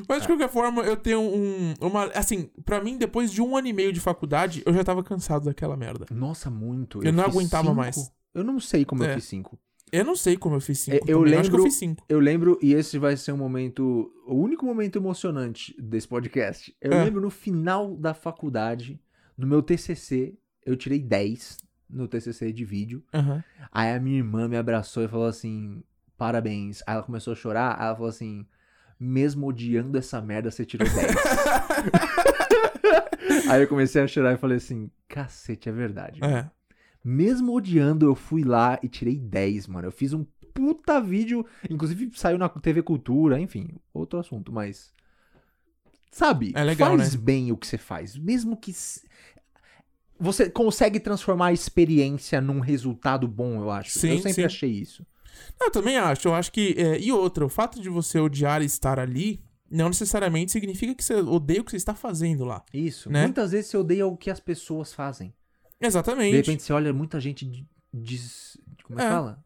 Speaker 2: Mas de qualquer forma, eu tenho um. Uma, assim, pra mim, depois de um ano e meio de faculdade, eu já tava cansado daquela merda.
Speaker 1: Nossa, muito.
Speaker 2: Eu não
Speaker 1: fiz
Speaker 2: aguentava
Speaker 1: cinco.
Speaker 2: mais.
Speaker 1: Eu não sei como
Speaker 2: É.
Speaker 1: eu fiz cinco.
Speaker 2: Eu não sei como eu fiz cinco.
Speaker 1: É, Eu- eu
Speaker 2: também. acho que eu
Speaker 1: lembro-
Speaker 2: fiz cinco.
Speaker 1: Eu lembro, e esse vai ser um momento, o único momento emocionante desse podcast. Eu
Speaker 2: É.
Speaker 1: lembro no final da faculdade, no meu TCC, eu tirei 10 no TCC de vídeo.
Speaker 2: Aham.
Speaker 1: Aí a minha irmã me abraçou e falou assim: parabéns. Aí ela começou a chorar, aí ela falou assim: mesmo odiando essa merda, você tirou 10. aí eu comecei a chorar e falei assim: cacete, é verdade.
Speaker 2: É.
Speaker 1: Mesmo odiando, eu fui lá e tirei 10, mano. Eu fiz um puta vídeo, inclusive saiu na TV Cultura, enfim, outro assunto, mas. Sabe?
Speaker 2: É legal,
Speaker 1: faz bem o que você faz. Mesmo que. se- Você consegue transformar a experiência num resultado bom, eu acho.
Speaker 2: Sim,
Speaker 1: eu sempre
Speaker 2: sim.
Speaker 1: achei isso.
Speaker 2: Eu também acho. Eu acho que. é, e outra, o fato de você odiar estar ali não necessariamente significa que você odeia o que você está fazendo lá.
Speaker 1: Isso.
Speaker 2: Né?
Speaker 1: Muitas vezes você odeia o que as pessoas fazem.
Speaker 2: Exatamente.
Speaker 1: De repente você olha muita gente de- des... Como é que
Speaker 2: É.
Speaker 1: fala?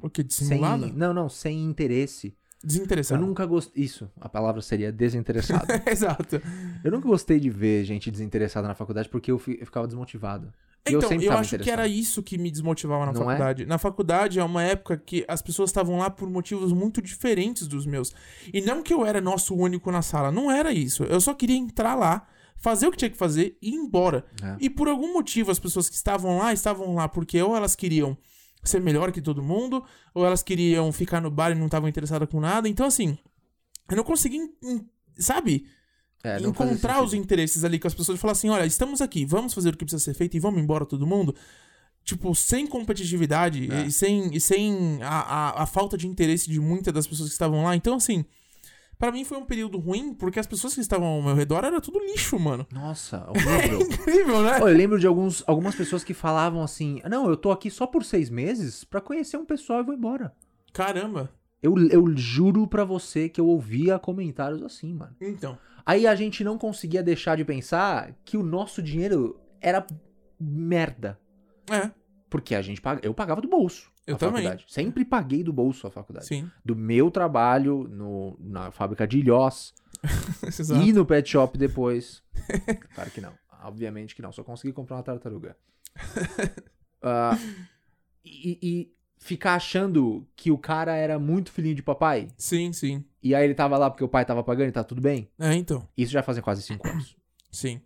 Speaker 2: O que?
Speaker 1: Sem...
Speaker 2: Dissimulada?
Speaker 1: Não, não, sem interesse.
Speaker 2: Desinteressado.
Speaker 1: Eu nunca gostei. Isso, a palavra seria desinteressado.
Speaker 2: Exato.
Speaker 1: Eu nunca gostei de ver gente desinteressada na faculdade porque eu, fi- eu ficava desmotivado. E eu
Speaker 2: Então, eu,
Speaker 1: sempre tava
Speaker 2: acho que
Speaker 1: interessado.
Speaker 2: era isso que me desmotivava na
Speaker 1: Não é?
Speaker 2: faculdade. Na faculdade é uma época que as pessoas estavam lá por motivos muito diferentes dos meus. E não que eu era nosso único na sala, não era isso. Eu só queria entrar lá, fazer o que tinha que fazer e ir embora.
Speaker 1: É.
Speaker 2: E por algum motivo as pessoas que estavam lá estavam lá porque ou elas queriam ser melhor que todo mundo, ou elas queriam ficar no bar e não estavam interessadas com nada. Então assim, eu não consegui, en- en- sabe?
Speaker 1: É, não fazia
Speaker 2: encontrar os
Speaker 1: sentido.
Speaker 2: interesses ali com as pessoas e falar assim: olha, estamos aqui, vamos fazer o que precisa ser feito e vamos embora todo mundo. Tipo, sem competitividade
Speaker 1: É.
Speaker 2: e sem, e sem a, a, a falta de interesse de muitas das pessoas que estavam lá. Então, assim, pra mim foi um período ruim, porque as pessoas que estavam ao meu redor era tudo lixo, mano.
Speaker 1: Nossa, horrível.
Speaker 2: Incrível, né?
Speaker 1: Olha, eu lembro de alguns, algumas pessoas que falavam assim: Não, eu tô aqui só por seis meses pra conhecer um pessoal e vou embora.
Speaker 2: Caramba.
Speaker 1: Eu, eu juro pra você que eu ouvia comentários assim, mano.
Speaker 2: Então.
Speaker 1: Aí a gente não conseguia deixar de pensar que o nosso dinheiro era merda.
Speaker 2: É,
Speaker 1: Porque a gente paga, eu pagava do bolso.
Speaker 2: Eu
Speaker 1: a
Speaker 2: também.
Speaker 1: faculdade. Sempre paguei do bolso a faculdade.
Speaker 2: sim.
Speaker 1: Do meu trabalho no, na fábrica de ilhós.
Speaker 2: Exato.
Speaker 1: E no pet shop depois. claro que não. Obviamente que não. Só consegui comprar uma tartaruga. Ah, e, e ficar achando que o cara era muito filhinho de papai.
Speaker 2: Sim, sim.
Speaker 1: E aí ele tava lá porque o pai tava pagando e tá tudo bem.
Speaker 2: É, então.
Speaker 1: Isso já fazem quase cinco anos,
Speaker 2: Sim.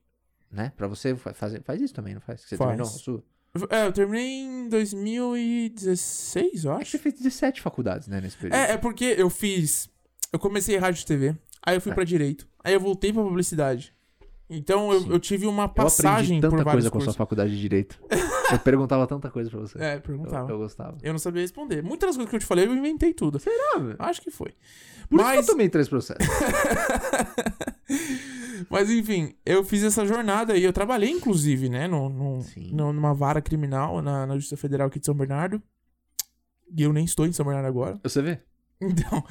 Speaker 1: né? Pra você fa- fazer, faz isso também, não faz? Que Você
Speaker 2: Faz.
Speaker 1: terminou a sua?
Speaker 2: É, eu terminei em 2016, eu
Speaker 1: Acho É que você
Speaker 2: acho.
Speaker 1: fez 17 faculdades, né, nesse período.
Speaker 2: É, é porque eu fiz. Eu comecei rádio e TV, aí eu fui
Speaker 1: É.
Speaker 2: pra direito, aí eu voltei pra publicidade. Então
Speaker 1: Sim.
Speaker 2: eu, eu tive uma
Speaker 1: eu
Speaker 2: passagem
Speaker 1: aprendi
Speaker 2: por
Speaker 1: tanta
Speaker 2: vários
Speaker 1: coisa com a sua
Speaker 2: cursos.
Speaker 1: faculdade de Direito. Eu perguntava tanta coisa pra você.
Speaker 2: É,
Speaker 1: eu,
Speaker 2: perguntava. Eu,
Speaker 1: eu gostava.
Speaker 2: não sabia responder. Muitas das coisas que eu te falei, eu inventei tudo.
Speaker 1: Por
Speaker 2: Acho que foi.
Speaker 1: isso
Speaker 2: Mas,
Speaker 1: que eu tomei três processos.
Speaker 2: mas enfim, eu fiz essa jornada aí. Eu trabalhei, inclusive, né, no, no-
Speaker 1: Sim.
Speaker 2: no- numa vara criminal na, na Justiça Federal aqui de São Bernardo. E eu nem estou em São Bernardo agora.
Speaker 1: Você vê?
Speaker 2: Então,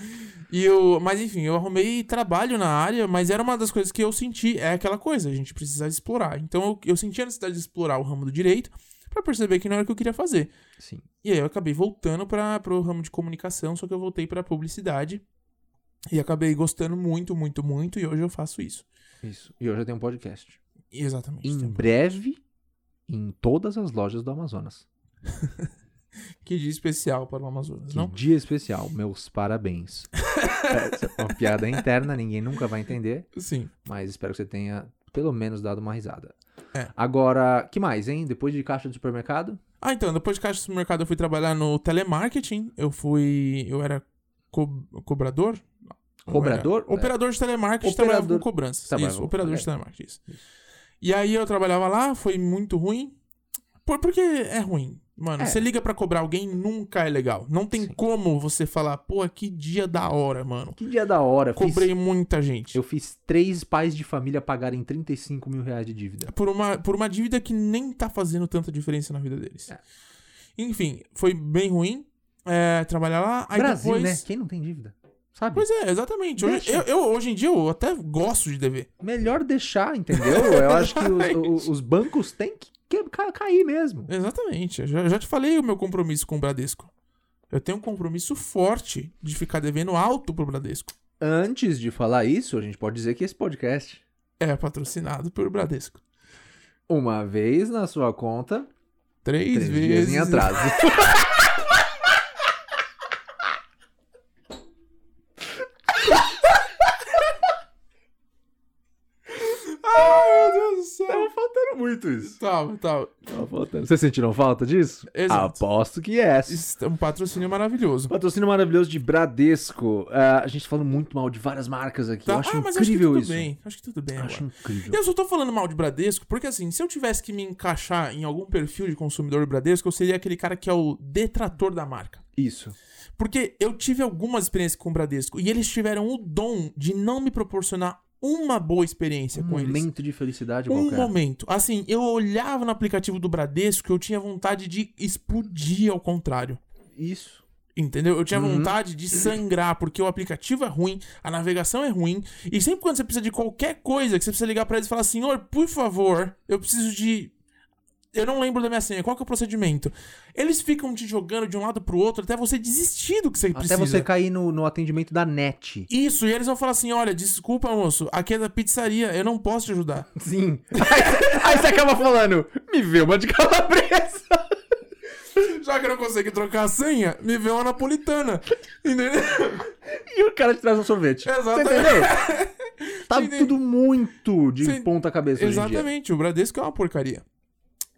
Speaker 2: e eu, mas enfim, eu arrumei trabalho na área, mas era uma das coisas que eu senti, é aquela coisa, a gente precisa explorar. Então eu, eu senti a necessidade de explorar o ramo do direito pra perceber que não era o que eu queria fazer.
Speaker 1: Sim.
Speaker 2: E aí eu acabei voltando para pro ramo de comunicação, só que eu voltei pra publicidade e acabei gostando muito, muito, muito e hoje eu faço isso.
Speaker 1: Isso. E hoje eu tenho um podcast.
Speaker 2: E Exatamente.
Speaker 1: Em
Speaker 2: Tem-
Speaker 1: breve, em todas as lojas do Amazonas.
Speaker 2: Que dia especial para o Amazonas,
Speaker 1: Que
Speaker 2: não?
Speaker 1: dia especial. Meus parabéns. Essa é uma piada interna, ninguém nunca vai entender.
Speaker 2: Sim.
Speaker 1: Mas espero que você tenha, pelo menos, dado uma risada.
Speaker 2: É.
Speaker 1: Agora, que mais, hein? Depois de caixa de supermercado?
Speaker 2: Ah, então, depois de caixa do supermercado eu fui trabalhar no telemarketing. Eu fui. Eu era co- cobrador? Não, eu
Speaker 1: Cobrador?
Speaker 2: era operador de telemarketing,
Speaker 1: Operador-
Speaker 2: trabalhava com cobranças.
Speaker 1: Trabalhava
Speaker 2: isso,
Speaker 1: com-
Speaker 2: operador
Speaker 1: é.
Speaker 2: de telemarketing. Isso. E aí eu trabalhava lá, foi muito ruim. Por, porque é ruim. Mano,
Speaker 1: É.
Speaker 2: você liga pra cobrar alguém, nunca é legal. Não tem
Speaker 1: Sim.
Speaker 2: como você falar, pô, que dia da hora, mano.
Speaker 1: É. Que dia da hora. fiz-
Speaker 2: Cobrei muita gente.
Speaker 1: eu fiz três pais de família pagarem 35 mil reais de dívida.
Speaker 2: É por uma, por uma dívida que nem tá fazendo tanta diferença na vida deles.
Speaker 1: É.
Speaker 2: Enfim, foi bem ruim é, trabalhar lá. Aí
Speaker 1: Brasil,
Speaker 2: depois.
Speaker 1: né? Quem não tem dívida? Sabe?
Speaker 2: Pois é, exatamente. Hoje,
Speaker 1: Deixa.
Speaker 2: eu, eu- hoje em dia eu até gosto de dever.
Speaker 1: Melhor deixar, entendeu? Eu acho que os, o- os bancos têm que, que ca- cair mesmo.
Speaker 2: Exatamente. Eu já, já te falei o meu compromisso com o Bradesco. Eu tenho um compromisso forte de ficar devendo alto pro Bradesco.
Speaker 1: Antes de falar isso, a gente pode dizer que esse podcast,
Speaker 2: É patrocinado pelo Bradesco.
Speaker 1: uma vez na sua conta,
Speaker 2: Três,
Speaker 1: três dias
Speaker 2: vezes.
Speaker 1: em atraso.
Speaker 2: Ai, meu Deus do céu.
Speaker 1: Tava faltando muito isso.
Speaker 2: Tava, tava.
Speaker 1: Tava faltando. Vocês sentiram falta disso?
Speaker 2: Exato.
Speaker 1: Aposto que é.
Speaker 2: Isso é um patrocínio maravilhoso.
Speaker 1: Patrocínio maravilhoso de Bradesco. Ah, a gente tá falando muito mal de várias marcas aqui.
Speaker 2: Tá?
Speaker 1: Eu acho
Speaker 2: ah, mas
Speaker 1: incrível
Speaker 2: acho que tudo
Speaker 1: isso.
Speaker 2: bem. Acho que tudo bem. agora.
Speaker 1: Acho incrível.
Speaker 2: Eu só tô falando mal de Bradesco porque, assim, se eu tivesse que me encaixar em algum perfil de consumidor do Bradesco, eu seria aquele cara que é o detrator da marca.
Speaker 1: Isso.
Speaker 2: Porque eu tive algumas experiências com o Bradesco e eles tiveram o dom de não me proporcionar uma boa experiência
Speaker 1: Um
Speaker 2: com eles.
Speaker 1: momento de felicidade
Speaker 2: Um
Speaker 1: qualquer.
Speaker 2: momento. Assim, eu olhava no aplicativo do Bradesco, eu tinha vontade de explodir ao contrário.
Speaker 1: Isso.
Speaker 2: Entendeu? Eu tinha
Speaker 1: Uhum.
Speaker 2: vontade de sangrar, porque o aplicativo é ruim, a navegação é ruim, e sempre quando você precisa de qualquer coisa, que você precisa ligar pra eles e falar, senhor, por favor, eu preciso de. Eu não lembro da minha senha, qual que é o procedimento? Eles ficam te jogando de um lado pro outro até você desistir do que você
Speaker 1: Até
Speaker 2: precisa.
Speaker 1: você cair no, no atendimento da net.
Speaker 2: Isso, e eles vão falar assim: olha, desculpa, moço, aqui é da pizzaria, eu não posso te ajudar.
Speaker 1: Sim. aí, aí você acaba falando, me vê uma de calabresa.
Speaker 2: Já que eu não consegui trocar a senha, me vê uma napolitana. Entendeu?
Speaker 1: E o cara te traz um sorvete. Você
Speaker 2: Exatamente.
Speaker 1: entendeu? Tá
Speaker 2: Entendi.
Speaker 1: tudo muito de
Speaker 2: Sim.
Speaker 1: ponta cabeça hoje em dia.
Speaker 2: Exatamente, o Bradesco é uma porcaria.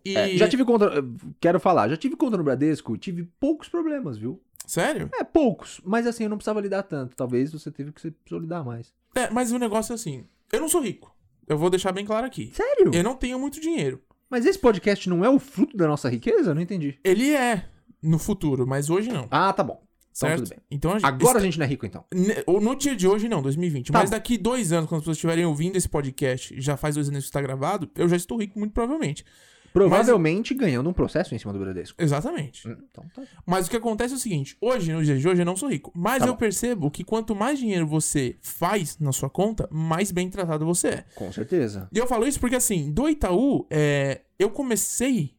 Speaker 2: E.
Speaker 1: É, já tive conta. eh, Quero falar, já tive conta no Bradesco, tive poucos problemas, viu?
Speaker 2: Sério?
Speaker 1: É, poucos. Mas assim, eu não precisava lidar tanto. Talvez você teve que se precisou lidar mais.
Speaker 2: É, mas o negócio é assim, eu não sou rico. Eu vou deixar bem claro aqui.
Speaker 1: Sério?
Speaker 2: Eu não tenho muito dinheiro.
Speaker 1: Mas esse podcast não é o fruto da nossa riqueza? Eu Não entendi.
Speaker 2: Ele é no futuro, mas hoje não.
Speaker 1: Ah, tá bom. Então
Speaker 2: Certo?
Speaker 1: tudo bem.
Speaker 2: Então a gente.
Speaker 1: Agora a gente não é rico, então.
Speaker 2: Ne- ou No dia de hoje, não, 2020.
Speaker 1: Tá
Speaker 2: mas
Speaker 1: bom.
Speaker 2: daqui dois anos, quando as pessoas estiverem ouvindo esse podcast, já faz dois anos que está gravado, eu já estou rico, muito provavelmente.
Speaker 1: Provavelmente ganhando um processo em cima do Bradesco.
Speaker 2: Exatamente.
Speaker 1: Hum, Então tá.
Speaker 2: Mas o que acontece é o seguinte: hoje, no dia de hoje, eu não sou rico. Mas
Speaker 1: Tá
Speaker 2: eu
Speaker 1: bom.
Speaker 2: percebo que quanto mais dinheiro você faz na sua conta, mais bem tratado você é.
Speaker 1: Com certeza.
Speaker 2: E eu falo isso porque, assim, do Itaú, é, eu comecei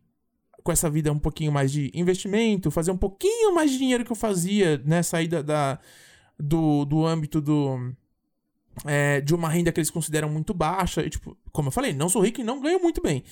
Speaker 2: com essa vida um pouquinho mais de investimento, fazer um pouquinho mais de dinheiro que eu fazia, né? Sair da, da- do, do âmbito do. é, de uma renda que eles consideram muito baixa. E, tipo, como eu falei, não sou rico e não ganho muito bem.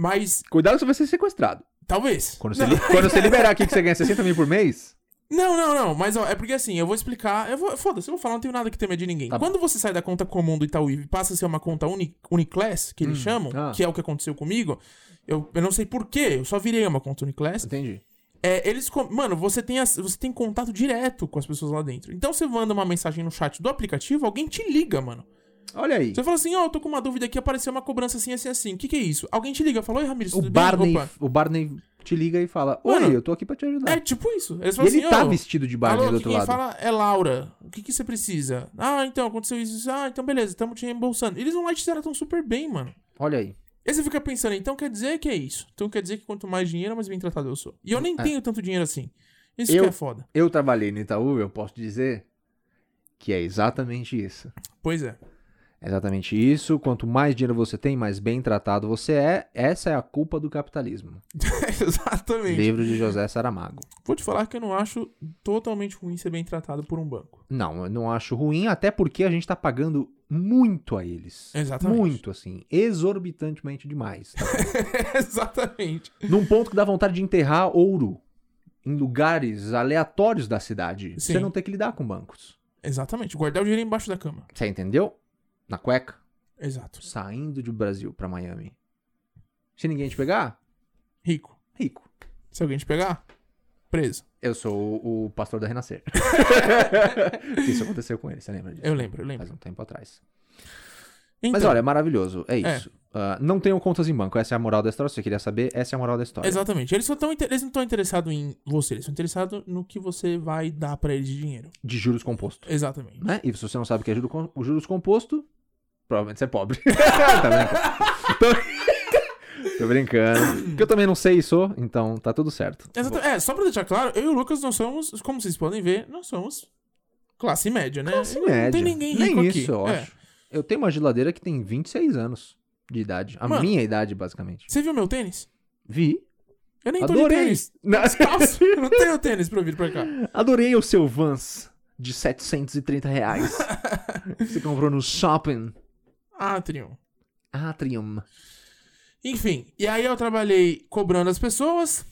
Speaker 2: Mas
Speaker 1: Cuidado que você vai ser sequestrado.
Speaker 2: Talvez.
Speaker 1: Quando você,
Speaker 2: não.
Speaker 1: li- quando você liberar aqui que você ganha 60 mil por mês,
Speaker 2: não, não, não. Mas ó, é porque assim, eu vou explicar. Eu vou, foda-se, eu vou falar, não tenho nada que temer de ninguém.
Speaker 1: Tá bom.
Speaker 2: Quando você sai da conta comum do Itaú e passa a ser uma conta uni, Uniclass, que eles
Speaker 1: Hum,
Speaker 2: chamam,
Speaker 1: ah.
Speaker 2: que é o que aconteceu comigo, eu, eu não sei porquê, eu só virei uma conta Uniclass.
Speaker 1: entendi.
Speaker 2: É, eles. com- Mano, você tem, as- você tem contato direto com as pessoas lá dentro. Então você manda uma mensagem no chat do aplicativo, alguém te liga, mano.
Speaker 1: Olha aí.
Speaker 2: Você fala assim, ó, eu tô com uma dúvida aqui, apareceu uma cobrança assim, assim, assim. O que, que é isso? Alguém te liga, falou, oi, Ramiro,
Speaker 1: O
Speaker 2: tudo
Speaker 1: Barney,
Speaker 2: bem? Opa.
Speaker 1: o Barney te liga e fala: Oi,
Speaker 2: Mano,
Speaker 1: eu tô aqui pra te ajudar.
Speaker 2: É tipo isso.
Speaker 1: e
Speaker 2: Eles falam
Speaker 1: ele
Speaker 2: assim,
Speaker 1: tá
Speaker 2: ó,
Speaker 1: vestido de Barney
Speaker 2: alô,
Speaker 1: do
Speaker 2: aqui
Speaker 1: outro
Speaker 2: quem
Speaker 1: lado.
Speaker 2: fala é Laura. O que, que você precisa? Ah, então, aconteceu isso. isso. Ah, então beleza, estamos te reembolsando. Eles vão lá e te tratam super bem, mano.
Speaker 1: Olha aí.
Speaker 2: Aí você fica pensando, então quer dizer que é isso? Então quer dizer que quanto mais dinheiro, mais bem tratado eu sou. E eu nem
Speaker 1: É.
Speaker 2: tenho tanto dinheiro assim. Isso
Speaker 1: Eu-
Speaker 2: que é foda.
Speaker 1: Eu trabalhei no Itaú, eu posso dizer que é exatamente isso.
Speaker 2: Pois é.
Speaker 1: É exatamente isso. Quanto mais dinheiro você tem, mais bem tratado você é. Essa é a culpa do capitalismo.
Speaker 2: Exatamente.
Speaker 1: Livro de José Saramago.
Speaker 2: Vou te falar que eu não acho totalmente ruim ser bem tratado por um banco.
Speaker 1: Não, eu não acho ruim, até porque a gente tá pagando muito a eles.
Speaker 2: Exatamente.
Speaker 1: Muito, assim. Exorbitantemente demais. tá?
Speaker 2: Exatamente.
Speaker 1: Num ponto que dá vontade de enterrar ouro em lugares aleatórios da cidade. pra Você
Speaker 2: Sim.
Speaker 1: não ter que lidar com bancos.
Speaker 2: Exatamente. Guardar o dinheiro embaixo da cama.
Speaker 1: Você entendeu? Na cueca.
Speaker 2: Exato.
Speaker 1: Saindo do Brasil pra Miami. Se ninguém te pegar,
Speaker 2: Rico.
Speaker 1: rico.
Speaker 2: Se alguém te pegar, preso.
Speaker 1: Eu sou o, o pastor da Renascer. isso aconteceu com ele, você lembra disso?
Speaker 2: Eu lembro, eu lembro.
Speaker 1: Faz um tempo atrás.
Speaker 2: Então,
Speaker 1: Mas olha, é maravilhoso. É
Speaker 2: É.
Speaker 1: isso. Ah, não tenham contas em banco. Essa é a moral da história. Se você queria saber, essa é a moral da história.
Speaker 2: Exatamente. Eles, só tão, inte- eles não estão interessados em você, eles estão interessados no que você vai dar pra eles de dinheiro.
Speaker 1: De juros compostos.
Speaker 2: Exatamente.
Speaker 1: né? E se você não sabe o que é juro com- o juros composto, provavelmente você é pobre. tá brincando. Tô... Tô brincando. Porque eu também não sei isso, então tá tudo certo.
Speaker 2: Exata- É, só pra deixar claro, eu e o Lucas, nós somos, como vocês podem ver, nós somos classe média, né?
Speaker 1: Classe
Speaker 2: não
Speaker 1: média.
Speaker 2: tem ninguém rico
Speaker 1: Nem
Speaker 2: aqui.
Speaker 1: isso, eu
Speaker 2: É.
Speaker 1: acho. Eu tenho uma geladeira que tem 26 anos de idade. A
Speaker 2: Mano.
Speaker 1: minha idade, basicamente.
Speaker 2: Você viu meu tênis?
Speaker 1: Vi.
Speaker 2: Eu nem tô de
Speaker 1: Adorei.
Speaker 2: tênis.
Speaker 1: Não,
Speaker 2: Descalço. eu não tenho tênis pra vir pra cá.
Speaker 1: Adorei o seu Vans de 730 reais. que você comprou no shopping
Speaker 2: Atrium.
Speaker 1: Atrium.
Speaker 2: Enfim, e aí eu trabalhei cobrando as pessoas,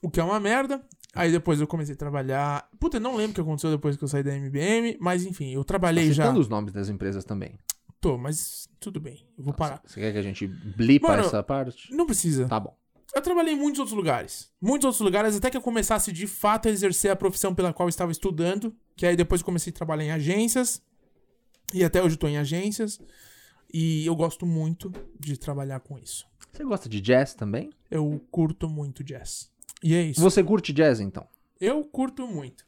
Speaker 2: o que é uma merda. Aí depois eu comecei a trabalhar. Puta, eu não lembro o que aconteceu depois que eu saí da MBM, mas enfim, eu trabalhei
Speaker 1: Citando
Speaker 2: já.
Speaker 1: os nomes das empresas também.
Speaker 2: Tô, mas tudo bem, eu vou parar.
Speaker 1: Você quer que a gente blipa
Speaker 2: Mano,
Speaker 1: essa parte?
Speaker 2: Não precisa.
Speaker 1: Tá bom.
Speaker 2: Eu trabalhei em muitos outros lugares. Muitos outros lugares, até que eu começasse de fato a exercer a profissão pela qual eu estava estudando. Que aí depois eu comecei a trabalhar em agências. E até hoje eu tô em agências. E eu gosto muito de trabalhar com isso.
Speaker 1: Você gosta de jazz também?
Speaker 2: Eu curto muito jazz. E é isso.
Speaker 1: Você curte jazz, então?
Speaker 2: Eu curto muito.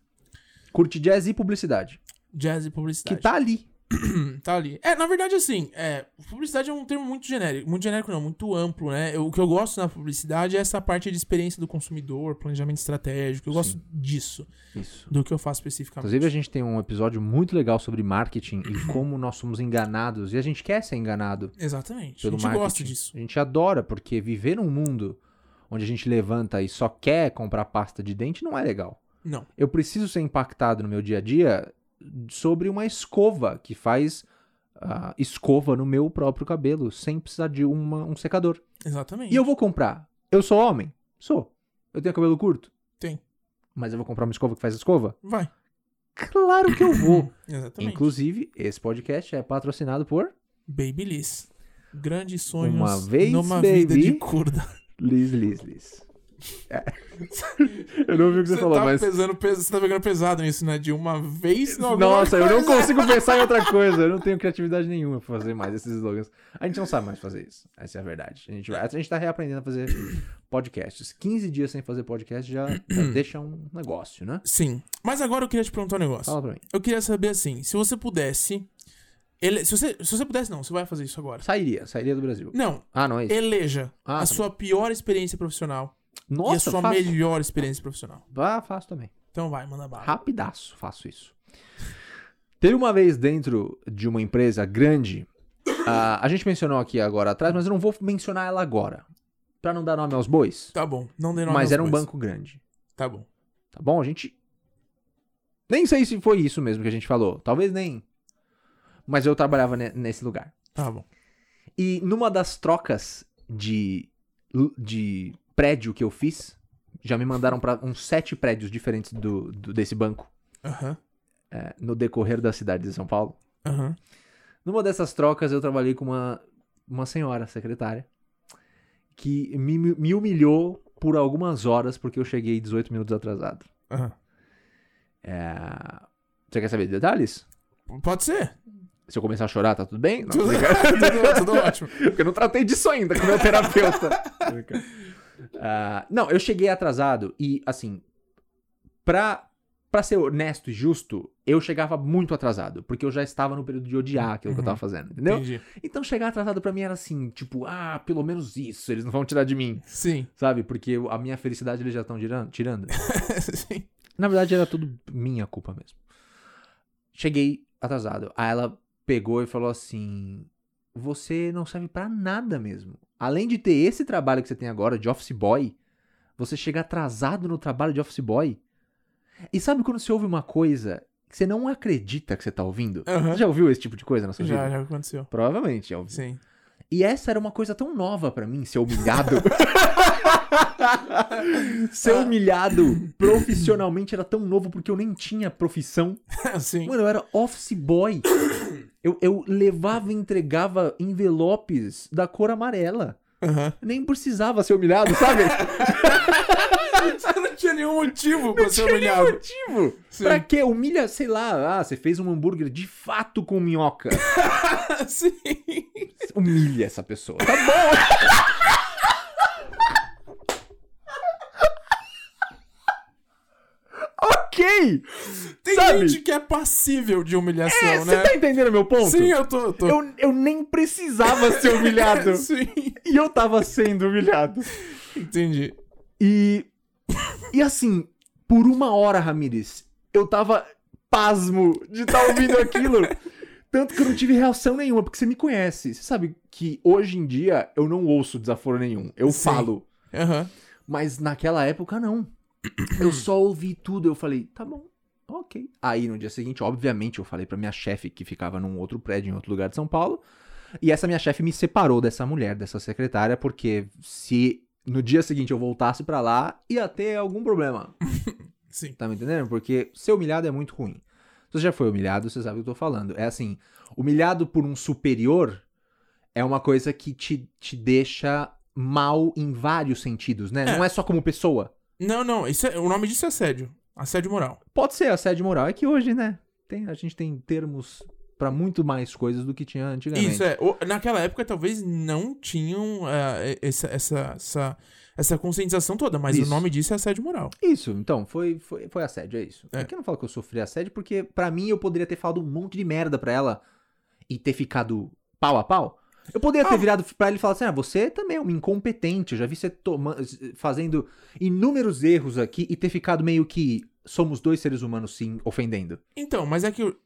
Speaker 1: Curte jazz e publicidade.
Speaker 2: Jazz e
Speaker 1: Que
Speaker 2: publicidade.
Speaker 1: tá ali.
Speaker 2: Tá ali. É, na verdade, assim, é, publicidade é um termo muito genérico. Muito genérico, não, muito amplo, né? Eu- o que eu gosto na publicidade é essa parte de experiência do consumidor, planejamento estratégico. Eu gosto disso,
Speaker 1: Isso.
Speaker 2: do que eu faço especificamente.
Speaker 1: Inclusive, a gente tem um episódio muito legal sobre marketing e como nós somos enganados. E a gente quer ser enganado
Speaker 2: Exatamente.
Speaker 1: pelo
Speaker 2: a gente
Speaker 1: marketing.
Speaker 2: gosta disso.
Speaker 1: A gente adora, porque viver num mundo onde a gente levanta e só quer comprar pasta de dente não é legal.
Speaker 2: Não.
Speaker 1: Eu preciso ser impactado no meu dia a dia sobre uma escova que faz ah, escova no meu próprio cabelo, sem precisar de uma- um secador.
Speaker 2: Exatamente.
Speaker 1: E eu vou comprar. Eu sou homem? Sou. Eu tenho cabelo curto?
Speaker 2: Tem.
Speaker 1: Mas eu vou comprar uma escova que faz escova?
Speaker 2: Vai.
Speaker 1: Claro que eu vou.
Speaker 2: Exatamente.
Speaker 1: Inclusive, esse podcast é patrocinado por
Speaker 2: Babyliss. Grandes sonhos
Speaker 1: Uma vez,
Speaker 2: numa vida
Speaker 1: baby.
Speaker 2: de curda.
Speaker 1: Liz Liz Liz. É. Eu não ouvi o que você, falou,
Speaker 2: tá
Speaker 1: mas.
Speaker 2: pesando, pes- você tá pegando pesado nisso, né? De uma vez não alguma
Speaker 1: Nossa, eu não
Speaker 2: coisa.
Speaker 1: consigo pensar em outra coisa. Eu não tenho criatividade nenhuma pra fazer mais esses slogans. A gente não sabe mais fazer isso. Essa é a verdade. A gente, vai- a gente tá reaprendendo a fazer podcasts. 15 dias sem fazer podcast já, já deixa um negócio, né?
Speaker 2: Sim. Mas agora eu queria te perguntar um negócio.
Speaker 1: Fala pra mim.
Speaker 2: Eu queria saber assim, se você pudesse. ele- se, você, se você pudesse, não, você vai fazer isso agora.
Speaker 1: Sairia, sairia do Brasil.
Speaker 2: Não,
Speaker 1: Ah, não é isso.
Speaker 2: eleja
Speaker 1: Ah,
Speaker 2: a
Speaker 1: tá
Speaker 2: sua pior experiência profissional e a
Speaker 1: Nossa,
Speaker 2: sua
Speaker 1: faço.
Speaker 2: melhor experiência profissional.
Speaker 1: Ah, faço também.
Speaker 2: Então vai, manda bala.
Speaker 1: Rapidaço faço isso. Teve uma vez dentro de uma empresa grande, ah, a gente mencionou aqui agora atrás, mas eu não vou mencionar ela agora, Pra não dar nome aos bois.
Speaker 2: Tá bom, não dei nome
Speaker 1: mas
Speaker 2: aos
Speaker 1: era um
Speaker 2: bois.
Speaker 1: banco grande,
Speaker 2: Tá bom.
Speaker 1: tá bom? A gente nem sei se foi isso mesmo que a gente falou, talvez nem. Mas eu trabalhava ne- nesse lugar.
Speaker 2: Tá bom.
Speaker 1: E numa das trocas de de prédio que eu fiz, já me mandaram pra uns sete prédios diferentes do, do- desse banco
Speaker 2: Aham.
Speaker 1: é, no decorrer da cidade de São Paulo.
Speaker 2: Aham.
Speaker 1: Numa dessas trocas, eu trabalhei com uma, uma senhora secretária que me, me humilhou por algumas horas porque eu cheguei 18 minutos atrasado.
Speaker 2: Aham.
Speaker 1: Você quer saber de detalhes?
Speaker 2: Pode ser.
Speaker 1: Se eu começar a chorar, tá tudo bem? Não,
Speaker 2: Tudo, tudo- tudo ótimo.
Speaker 1: Porque eu não tratei disso ainda com meu terapeuta. Ah, não, eu cheguei atrasado e, assim, pra, pra ser honesto e justo, eu chegava muito atrasado, porque eu já estava no período de odiar aquilo que eu
Speaker 2: Uhum.
Speaker 1: tava fazendo, entendeu?
Speaker 2: Entendi.
Speaker 1: Então chegar atrasado pra mim era assim, tipo, ah, pelo menos isso, eles não vão tirar de mim,
Speaker 2: Sim.
Speaker 1: sabe? Porque eu- a minha felicidade eles já estão tirando. tirando.
Speaker 2: Sim.
Speaker 1: Na verdade, era tudo minha culpa mesmo. Cheguei atrasado. Aí ela pegou e falou assim: Você não serve pra nada mesmo. Além de ter esse trabalho que você tem agora de office boy, você chega atrasado no trabalho de office boy. E sabe quando você ouve uma coisa que você não acredita que você tá ouvindo?
Speaker 2: Aham.
Speaker 1: Você já ouviu esse tipo de coisa na sua
Speaker 2: Já,
Speaker 1: vida?
Speaker 2: já aconteceu.
Speaker 1: Provavelmente é já ouviu.
Speaker 2: Sim.
Speaker 1: E essa era uma coisa tão nova pra mim, ser humilhado. ser humilhado profissionalmente era tão novo porque eu nem tinha profissão.
Speaker 2: Sim.
Speaker 1: Mano, eu era office boy. Eu, eu levava e entregava envelopes da cor amarela.
Speaker 2: Aham.
Speaker 1: Nem precisava ser humilhado, sabe?
Speaker 2: Você não tinha nenhum motivo pra ser
Speaker 1: Não tinha
Speaker 2: humilhado.
Speaker 1: motivo.
Speaker 2: Sim.
Speaker 1: Pra quê? Humilha, sei lá. Ah, você fez um hambúrguer de fato com minhoca.
Speaker 2: Sim.
Speaker 1: Humilha essa pessoa. Tá bom. ok!
Speaker 2: Tem
Speaker 1: Sabe?
Speaker 2: gente que é passível de humilhação,
Speaker 1: É,
Speaker 2: né?
Speaker 1: você tá entendendo meu ponto?
Speaker 2: Sim, eu tô. tô.
Speaker 1: Eu, eu nem precisava ser humilhado.
Speaker 2: Sim.
Speaker 1: e eu tava sendo humilhado.
Speaker 2: Entendi.
Speaker 1: E. E assim, por uma hora, Ramires, eu tava pasmo de estar ouvindo aquilo. Tanto que eu não tive reação nenhuma, porque você me conhece. Você sabe que hoje em dia eu não ouço desaforo nenhum. Eu
Speaker 2: Sim.
Speaker 1: falo.
Speaker 2: Aham.
Speaker 1: Mas naquela época, não. Eu só ouvi tudo. Eu falei, tá bom, ok. Aí no dia seguinte, obviamente, eu falei pra minha chefe, que ficava num outro prédio, em outro lugar de São Paulo. E essa minha chefe me separou dessa mulher, dessa secretária, porque se no dia seguinte eu voltasse pra lá, ia ter algum problema.
Speaker 2: Sim.
Speaker 1: Tá me entendendo? Porque ser humilhado é muito ruim. Se você já foi humilhado, você sabe o que eu tô falando. É assim, humilhado por um superior é uma coisa que te, te deixa mal em vários sentidos, né? Não é só como pessoa.
Speaker 2: Não, não. Isso é- o nome disso é assédio. Assédio moral.
Speaker 1: Pode ser assédio moral. É que hoje, né? Tem, a gente tem termos pra muito mais coisas do que tinha antigamente.
Speaker 2: Isso é. O- naquela época talvez não tinham ah, essa, essa, essa, essa conscientização toda, mas
Speaker 1: Isso.
Speaker 2: o nome disso é assédio moral.
Speaker 1: Isso, então, foi, foi, foi assédio, é isso.
Speaker 2: É.
Speaker 1: É. que eu não falo que eu sofri assédio, porque pra mim eu poderia ter falado um monte de merda pra ela e ter ficado pau a pau. Eu poderia ter
Speaker 2: Ah.
Speaker 1: virado pra ele e falado assim: ah, você também é um incompetente, eu já vi você toma- fazendo inúmeros erros aqui e ter ficado meio que somos dois seres humanos sim ofendendo.
Speaker 2: Então, mas é que. eu-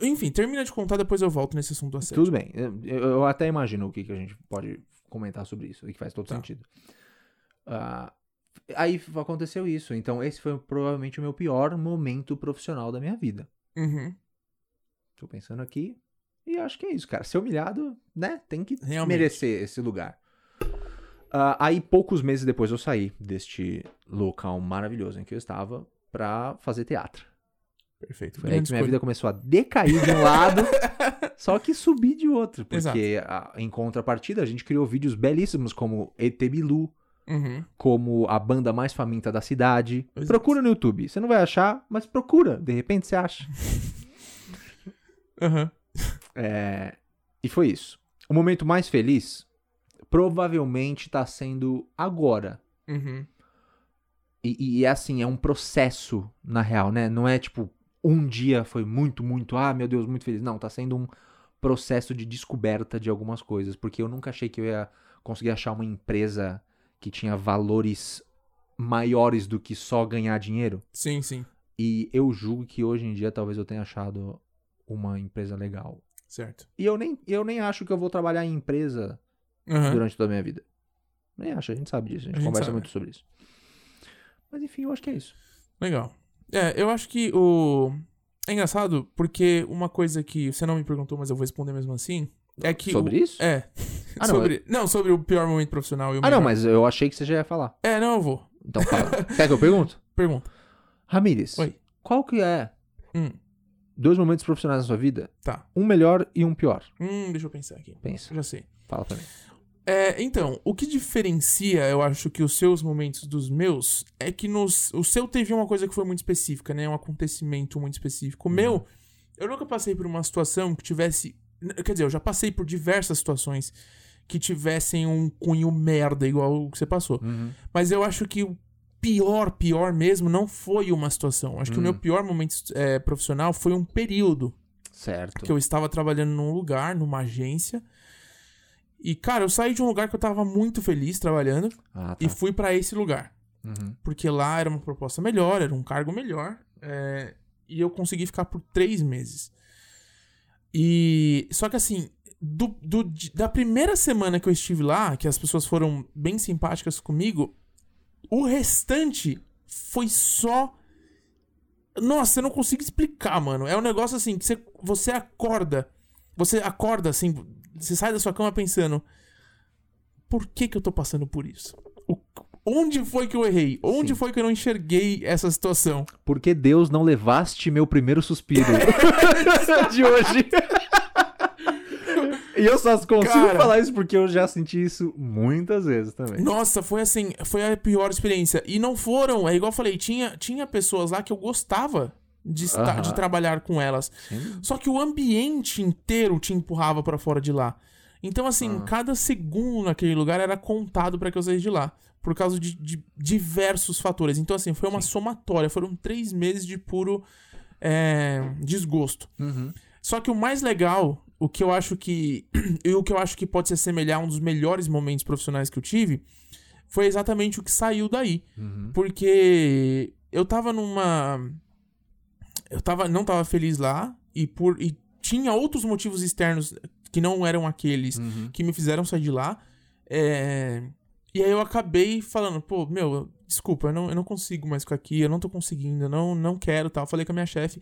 Speaker 2: Enfim, termina de contar, depois eu volto nesse assunto do assédio.
Speaker 1: Tudo bem. Eu, eu até imagino o que, que a gente pode comentar sobre isso, e que faz todo
Speaker 2: Tá.
Speaker 1: sentido. Ah, aí f- aconteceu isso. Então, esse foi provavelmente o meu pior momento profissional da minha vida.
Speaker 2: Uhum.
Speaker 1: Tô pensando aqui. E acho que é isso, cara. Ser humilhado, né? Tem que
Speaker 2: Realmente.
Speaker 1: merecer esse lugar. Ah, aí, poucos meses depois, eu saí deste local maravilhoso em que eu estava pra fazer teatro.
Speaker 2: Perfeito.
Speaker 1: Foi aí
Speaker 2: Grande
Speaker 1: que minha
Speaker 2: escolha.
Speaker 1: vida começou a decair de um lado, só que subir de outro.
Speaker 2: Exato.
Speaker 1: Porque a- em contrapartida, a gente criou vídeos belíssimos como ET Bilu,
Speaker 2: Uhum.
Speaker 1: como a banda mais faminta da cidade.
Speaker 2: Exato.
Speaker 1: Procura no YouTube. Você não vai achar, mas procura. De repente você acha.
Speaker 2: Aham.
Speaker 1: É, E foi isso. O momento mais feliz provavelmente tá sendo agora.
Speaker 2: Uhum.
Speaker 1: E, e é assim, é um processo, na real, né? Não é tipo, um dia foi muito, muito, ah, meu Deus, muito feliz. Não, tá sendo um processo de descoberta de algumas coisas. Porque eu nunca achei que eu ia conseguir achar uma empresa que tinha valores maiores do que só ganhar dinheiro.
Speaker 2: Sim, sim.
Speaker 1: E eu julgo que hoje em dia talvez eu tenha achado uma empresa legal.
Speaker 2: Certo.
Speaker 1: E eu nem, eu nem acho que eu vou trabalhar em empresa
Speaker 2: Aham.
Speaker 1: durante toda a minha vida. Nem acho, a gente sabe disso, a gente,
Speaker 2: A gente
Speaker 1: conversa
Speaker 2: sabe.
Speaker 1: muito sobre isso. Mas enfim, eu acho que é isso.
Speaker 2: Legal. É, eu acho que o. É engraçado, porque uma coisa que você não me perguntou, mas eu vou responder mesmo assim. É que.
Speaker 1: sobre
Speaker 2: o...
Speaker 1: isso?
Speaker 2: É.
Speaker 1: Ah, não,
Speaker 2: sobre... Não, sobre o pior momento profissional e o
Speaker 1: Ah, não,
Speaker 2: melhor.
Speaker 1: mas eu achei que você já ia falar.
Speaker 2: É, não, eu vou.
Speaker 1: Então fala. Quer que eu pergunto?
Speaker 2: Pergunta.
Speaker 1: Ramírez,
Speaker 2: Oi.
Speaker 1: qual que é
Speaker 2: Hum,
Speaker 1: dois momentos profissionais na sua vida?
Speaker 2: tá.
Speaker 1: Um melhor e um pior.
Speaker 2: Hum, deixa eu pensar aqui.
Speaker 1: Pensa.
Speaker 2: Já sei.
Speaker 1: Fala pra mim.
Speaker 2: É, então, o que diferencia, eu acho, que os seus momentos dos meus é que nos, o seu teve uma coisa que foi muito específica, né? Um acontecimento muito específico. O meu, eu nunca passei por uma situação que tivesse. n- Quer dizer, eu já passei por diversas situações que tivessem um cunho merda, igual o que você passou. Mas eu acho que o pior, pior mesmo, não foi uma situação. Acho que o meu pior momento é, profissional foi um período
Speaker 1: Certo.
Speaker 2: que eu estava trabalhando num lugar, numa agência. E, cara, eu saí de um lugar que eu tava muito feliz trabalhando
Speaker 1: Ah, tá.
Speaker 2: e fui pra esse lugar.
Speaker 1: Uhum.
Speaker 2: Porque lá era uma proposta melhor, era um cargo melhor. é, e eu consegui ficar por três meses. E. Só que assim, do- do- de- da primeira semana que eu estive lá, que as pessoas foram bem simpáticas comigo, o restante foi só. Nossa, eu não consigo explicar, mano. É um negócio assim que você, você acorda. Você acorda assim, você sai da sua cama pensando: por que que eu tô passando por isso? O- onde foi que eu errei?
Speaker 1: Sim.
Speaker 2: Onde foi que eu não enxerguei essa situação?
Speaker 1: Por que Deus não levaste meu primeiro suspiro de hoje? e eu só consigo
Speaker 2: Cara.
Speaker 1: falar isso porque eu já senti isso muitas vezes também.
Speaker 2: Nossa, foi assim, foi a pior experiência. E não foram, é igual eu falei, tinha, tinha pessoas lá que eu gostava de, estar,
Speaker 1: Aham.
Speaker 2: de trabalhar com elas.
Speaker 1: Sim.
Speaker 2: Só que o ambiente inteiro te empurrava pra fora de lá. Então, assim, cada segundo naquele lugar era contado pra que eu saísse de lá. Por causa de, de diversos fatores. Então, assim, foi uma somatória. Foram três meses de puro é, desgosto.
Speaker 1: Uhum.
Speaker 2: Só que o mais legal, o que eu acho que. e o que eu acho que pode se assemelhar a um dos melhores momentos profissionais que eu tive foi exatamente o que saiu daí.
Speaker 1: Uhum.
Speaker 2: Porque eu tava numa. Eu tava, não tava feliz lá e, por, e tinha outros motivos externos que não eram aqueles
Speaker 1: Uhum.
Speaker 2: que me fizeram sair de lá. É, E aí eu acabei falando, pô, meu, desculpa, eu não, eu não consigo mais ficar aqui, eu não tô conseguindo, eu não, não quero tal. Falei com a minha chefe.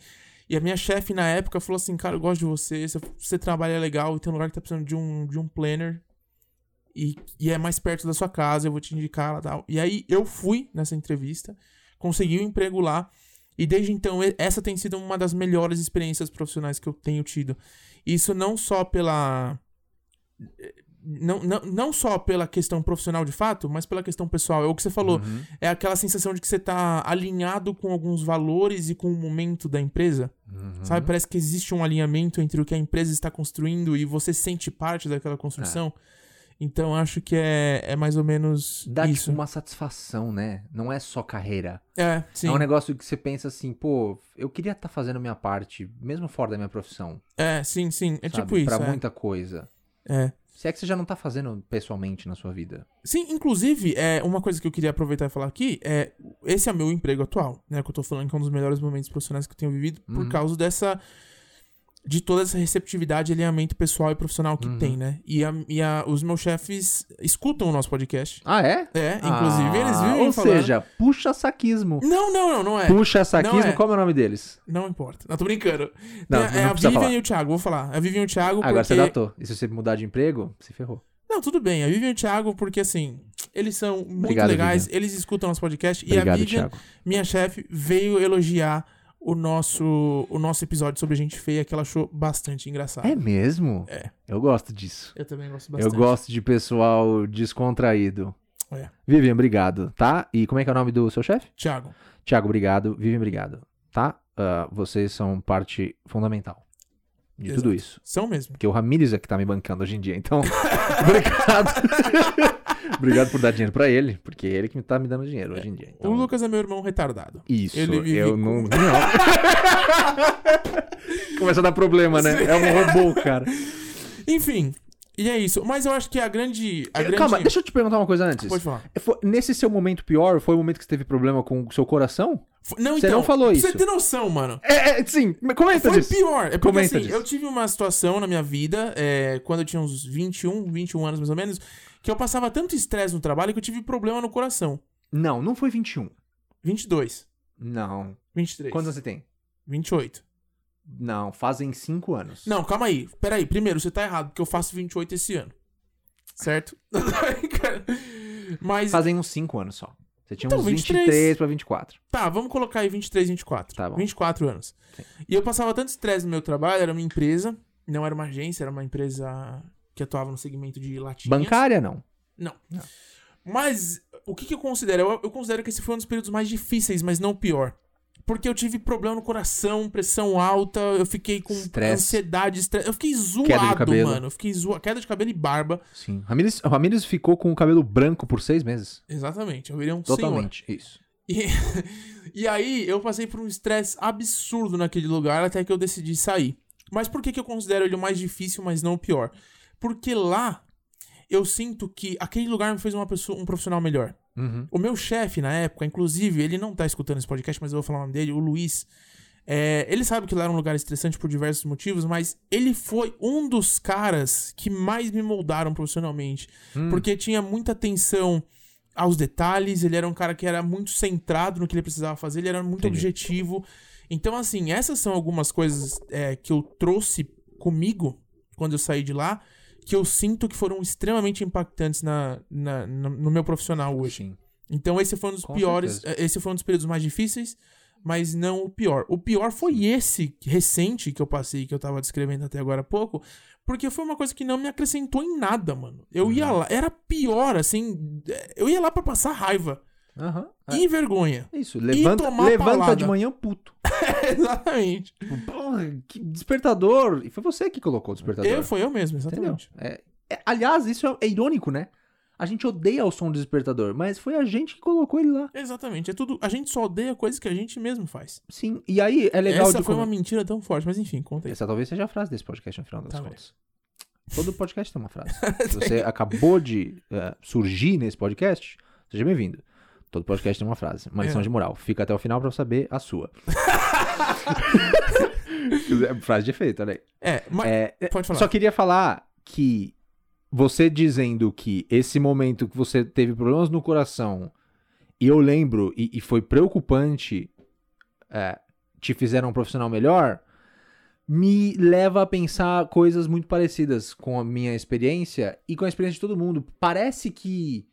Speaker 2: E a minha chefe na época falou assim, cara, eu gosto de você, você, você trabalha legal e tem um lugar que tá precisando de um, de um planner. E, e é mais perto da sua casa, eu vou te indicar lá tal. E aí eu fui nessa entrevista, consegui o emprego lá. E desde então, e- essa tem sido uma das melhores experiências profissionais que eu tenho tido. Isso não só pela não, não, não só pela questão profissional de fato, mas pela questão pessoal. É o que você falou.
Speaker 1: Uhum.
Speaker 2: É aquela sensação de que você tá alinhado com alguns valores e com o momento da empresa.
Speaker 1: Uhum.
Speaker 2: Sabe? Parece que existe um alinhamento entre o que a empresa está construindo e você sente parte daquela construção.
Speaker 1: É.
Speaker 2: Então acho que é, é mais ou menos
Speaker 1: Dá
Speaker 2: isso.
Speaker 1: tipo uma satisfação, né? Não é só carreira.
Speaker 2: É, sim.
Speaker 1: É um negócio que você pensa assim, pô, eu queria estar fazendo minha parte, mesmo fora da minha profissão.
Speaker 2: É, sim, sim. É
Speaker 1: sabe?
Speaker 2: tipo isso.
Speaker 1: Pra
Speaker 2: é.
Speaker 1: muita coisa.
Speaker 2: é.
Speaker 1: Se é que você já não tá fazendo pessoalmente na sua vida.
Speaker 2: Sim, inclusive, é, uma coisa que eu queria aproveitar e falar aqui é. Esse é o meu emprego atual, né? Que eu tô falando que é um dos melhores momentos profissionais que eu tenho vivido por
Speaker 1: Uhum.
Speaker 2: causa dessa. De toda essa receptividade, alinhamento pessoal e profissional que
Speaker 1: Uhum.
Speaker 2: tem, né? E, a- e a- os meus chefes escutam o nosso podcast.
Speaker 1: Ah, é? Ah,
Speaker 2: É, inclusive, eles vivem
Speaker 1: Ou
Speaker 2: falando.
Speaker 1: seja, puxa saquismo.
Speaker 2: Não, não, não, não é.
Speaker 1: Puxa saquismo,
Speaker 2: Não é.
Speaker 1: como é o nome deles?
Speaker 2: Não importa. Não, tô brincando.
Speaker 1: Não,
Speaker 2: é
Speaker 1: não
Speaker 2: é a
Speaker 1: precisa
Speaker 2: Vivian
Speaker 1: falar.
Speaker 2: e o Thiago, vou falar. A Vivian e o Thiago.
Speaker 1: Agora
Speaker 2: porque...
Speaker 1: você datou. E se você mudar de emprego, se ferrou.
Speaker 2: Não, tudo bem. A Vivian e o Thiago, porque assim, eles são muito
Speaker 1: Obrigado,
Speaker 2: legais, eles escutam nosso podcast. e a
Speaker 1: Obrigado,
Speaker 2: Vivian
Speaker 1: Thiago.
Speaker 2: minha chefe veio elogiar o nosso, o nosso episódio sobre gente feia, que ela achou bastante engraçado.
Speaker 1: É mesmo?
Speaker 2: É.
Speaker 1: Eu gosto disso.
Speaker 2: Eu também gosto bastante.
Speaker 1: Eu gosto de pessoal descontraído.
Speaker 2: É.
Speaker 1: Vivian, obrigado, tá? E como é que é o nome do seu chefe?
Speaker 2: Thiago,
Speaker 1: Tiago, obrigado. Vivian, obrigado. Tá? Ah, vocês são parte fundamental de tudo
Speaker 2: Exato.
Speaker 1: isso.
Speaker 2: são mesmo.
Speaker 1: Porque o Ramírez é que tá me bancando hoje em dia, então. obrigado. obrigado por dar dinheiro pra ele, porque ele que tá me dando dinheiro hoje em dia. Então,
Speaker 2: O Lucas é meu irmão retardado.
Speaker 1: Isso,
Speaker 2: ele vive
Speaker 1: eu
Speaker 2: com-
Speaker 1: não. não. Começa a dar problema, né? É um robô, cara.
Speaker 2: Enfim, e é isso. Mas eu acho que a grande. A grande...
Speaker 1: Calma, deixa eu te perguntar uma coisa antes.
Speaker 2: Pode falar.
Speaker 1: Foi- nesse seu momento pior, foi o momento que você teve problema com o seu coração?
Speaker 2: F- Não,
Speaker 1: Você
Speaker 2: então,
Speaker 1: não falou
Speaker 2: pra
Speaker 1: isso.
Speaker 2: Você ter noção, mano.
Speaker 1: É, é sim. Mas Comenta
Speaker 2: Foi
Speaker 1: disso.
Speaker 2: pior. É porque
Speaker 1: Comenta
Speaker 2: assim,
Speaker 1: disso.
Speaker 2: eu tive uma situação na minha vida, é, quando eu tinha uns 21, 21 anos mais ou menos, que eu passava tanto estresse no trabalho que eu tive problema no coração.
Speaker 1: Não, não foi 21.
Speaker 2: 22,
Speaker 1: Não.
Speaker 2: 23,
Speaker 1: Quantos você tem?
Speaker 2: 28.
Speaker 1: Não, fazem 5 anos.
Speaker 2: Não, calma aí. Pera aí. Primeiro, você tá errado, porque eu faço 28 esse ano. certo? Mas,
Speaker 1: Fazem uns 5 anos só. Você tinha
Speaker 2: Então,
Speaker 1: uns
Speaker 2: 23.
Speaker 1: 23, pra 24.
Speaker 2: tá, vamos colocar aí 23, 24.
Speaker 1: Tá bom.
Speaker 2: 24 anos.
Speaker 1: Sim.
Speaker 2: E eu passava tanto estresse no meu trabalho, era uma empresa, não era uma agência, era uma empresa que atuava no segmento de latinhas.
Speaker 1: Bancária, não.
Speaker 2: Não.
Speaker 1: Não.
Speaker 2: Mas o que, que eu considero? Eu, eu considero que esse foi um dos períodos mais difíceis, mas não o pior. Porque eu tive problema no coração, pressão alta, eu fiquei com
Speaker 1: Estresse.
Speaker 2: ansiedade, estresse. Eu fiquei
Speaker 1: de
Speaker 2: zoado,
Speaker 1: cabelo.
Speaker 2: mano. Eu fiquei zoado. Queda de cabelo e barba.
Speaker 1: Sim. Ramírez, Ramírez ficou com o cabelo branco por seis meses.
Speaker 2: Exatamente. Eu virei um senhor.
Speaker 1: Totalmente. Isso.
Speaker 2: E, e aí eu passei por um estresse absurdo naquele lugar até que eu decidi sair. Mas por que, que eu considero ele o mais difícil, mas não o pior? Porque lá eu sinto que aquele lugar me fez uma pessoa, um profissional melhor.
Speaker 1: Uhum.
Speaker 2: O meu chefe, na época, inclusive, ele não tá escutando esse podcast, mas eu vou falar o nome dele, o Luiz. É, ele sabe que lá era um lugar estressante por diversos motivos, mas ele foi um dos caras que mais me moldaram profissionalmente.
Speaker 1: Hum.
Speaker 2: Porque tinha muita atenção aos detalhes, ele era um cara que era muito centrado no que ele precisava fazer, ele era muito
Speaker 1: Entendi.
Speaker 2: objetivo. Então, assim, essas são algumas coisas é, que eu trouxe comigo quando eu saí de lá, que eu sinto que foram extremamente impactantes na, na- no- no meu profissional hoje.
Speaker 1: Sim.
Speaker 2: Então esse foi um dos
Speaker 1: Com
Speaker 2: piores, eh, esse foi um dos períodos mais difíceis, mas não o pior. O pior foi esse recente que eu passei, que eu tava descrevendo até agora há pouco, porque foi uma coisa que não me acrescentou em nada, mano. Eu
Speaker 1: Uhum.
Speaker 2: ia lá, era pior, assim, eh, eu ia lá pra passar raiva
Speaker 1: Aham.
Speaker 2: e vergonha.
Speaker 1: É Isso. Levanta,
Speaker 2: tomar
Speaker 1: levanta
Speaker 2: paulada.
Speaker 1: de manhã, puto.
Speaker 2: Exatamente.
Speaker 1: Tipo, Porra, que despertador. E foi você que colocou o despertador.
Speaker 2: Eu foi eu mesmo,
Speaker 1: Entendeu?
Speaker 2: exatamente.
Speaker 1: É- é- aliás, isso é, é irônico, né? A gente odeia o som do despertador, mas foi a gente que colocou ele lá.
Speaker 2: Exatamente, é tudo, a gente só odeia coisas que a gente mesmo faz.
Speaker 1: Sim. E aí é legal
Speaker 2: Essa
Speaker 1: de
Speaker 2: foi
Speaker 1: como-
Speaker 2: uma mentira tão forte, mas enfim, conta isso.
Speaker 1: Essa talvez seja a frase desse podcast no final das
Speaker 2: Tá bem.
Speaker 1: contas. Todo podcast tem uma frase. Se você acabou de eh, surgir nesse podcast, seja bem-vindo. Todo podcast tem uma frase. Uma lição
Speaker 2: É.
Speaker 1: de moral. Fica até o final pra saber a sua. É frase de efeito, olha aí.
Speaker 2: É, mas
Speaker 1: É, é,
Speaker 2: pode falar.
Speaker 1: só queria falar que você dizendo que esse momento que você teve problemas no coração, e eu lembro, e, e foi preocupante, é, te fizeram um profissional melhor, me leva a pensar coisas muito parecidas com a minha experiência e com a experiência de todo mundo. Parece que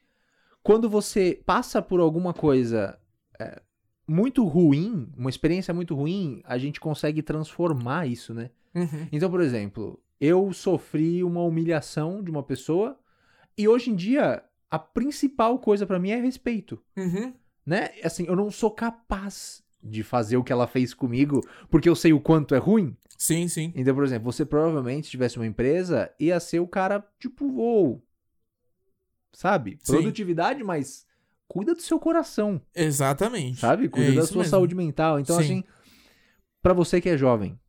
Speaker 1: quando você passa por alguma coisa é, muito ruim, uma experiência muito ruim, a gente consegue transformar isso, né?
Speaker 2: Uhum.
Speaker 1: Então, por exemplo, eu sofri uma humilhação de uma pessoa e hoje em dia a principal coisa pra mim é respeito,
Speaker 2: Uhum.
Speaker 1: né? Assim, eu não sou capaz de fazer o que ela fez comigo porque eu sei o quanto é ruim.
Speaker 2: Sim, sim.
Speaker 1: Então, por exemplo, você provavelmente se tivesse uma empresa ia ser o cara tipo, ou sabe?
Speaker 2: Sim.
Speaker 1: Produtividade, mas cuida do seu coração,
Speaker 2: Exatamente.
Speaker 1: sabe? Cuida
Speaker 2: É
Speaker 1: da
Speaker 2: isso
Speaker 1: sua
Speaker 2: mesmo.
Speaker 1: saúde mental. Então,
Speaker 2: Sim.
Speaker 1: assim, pra você que é jovem,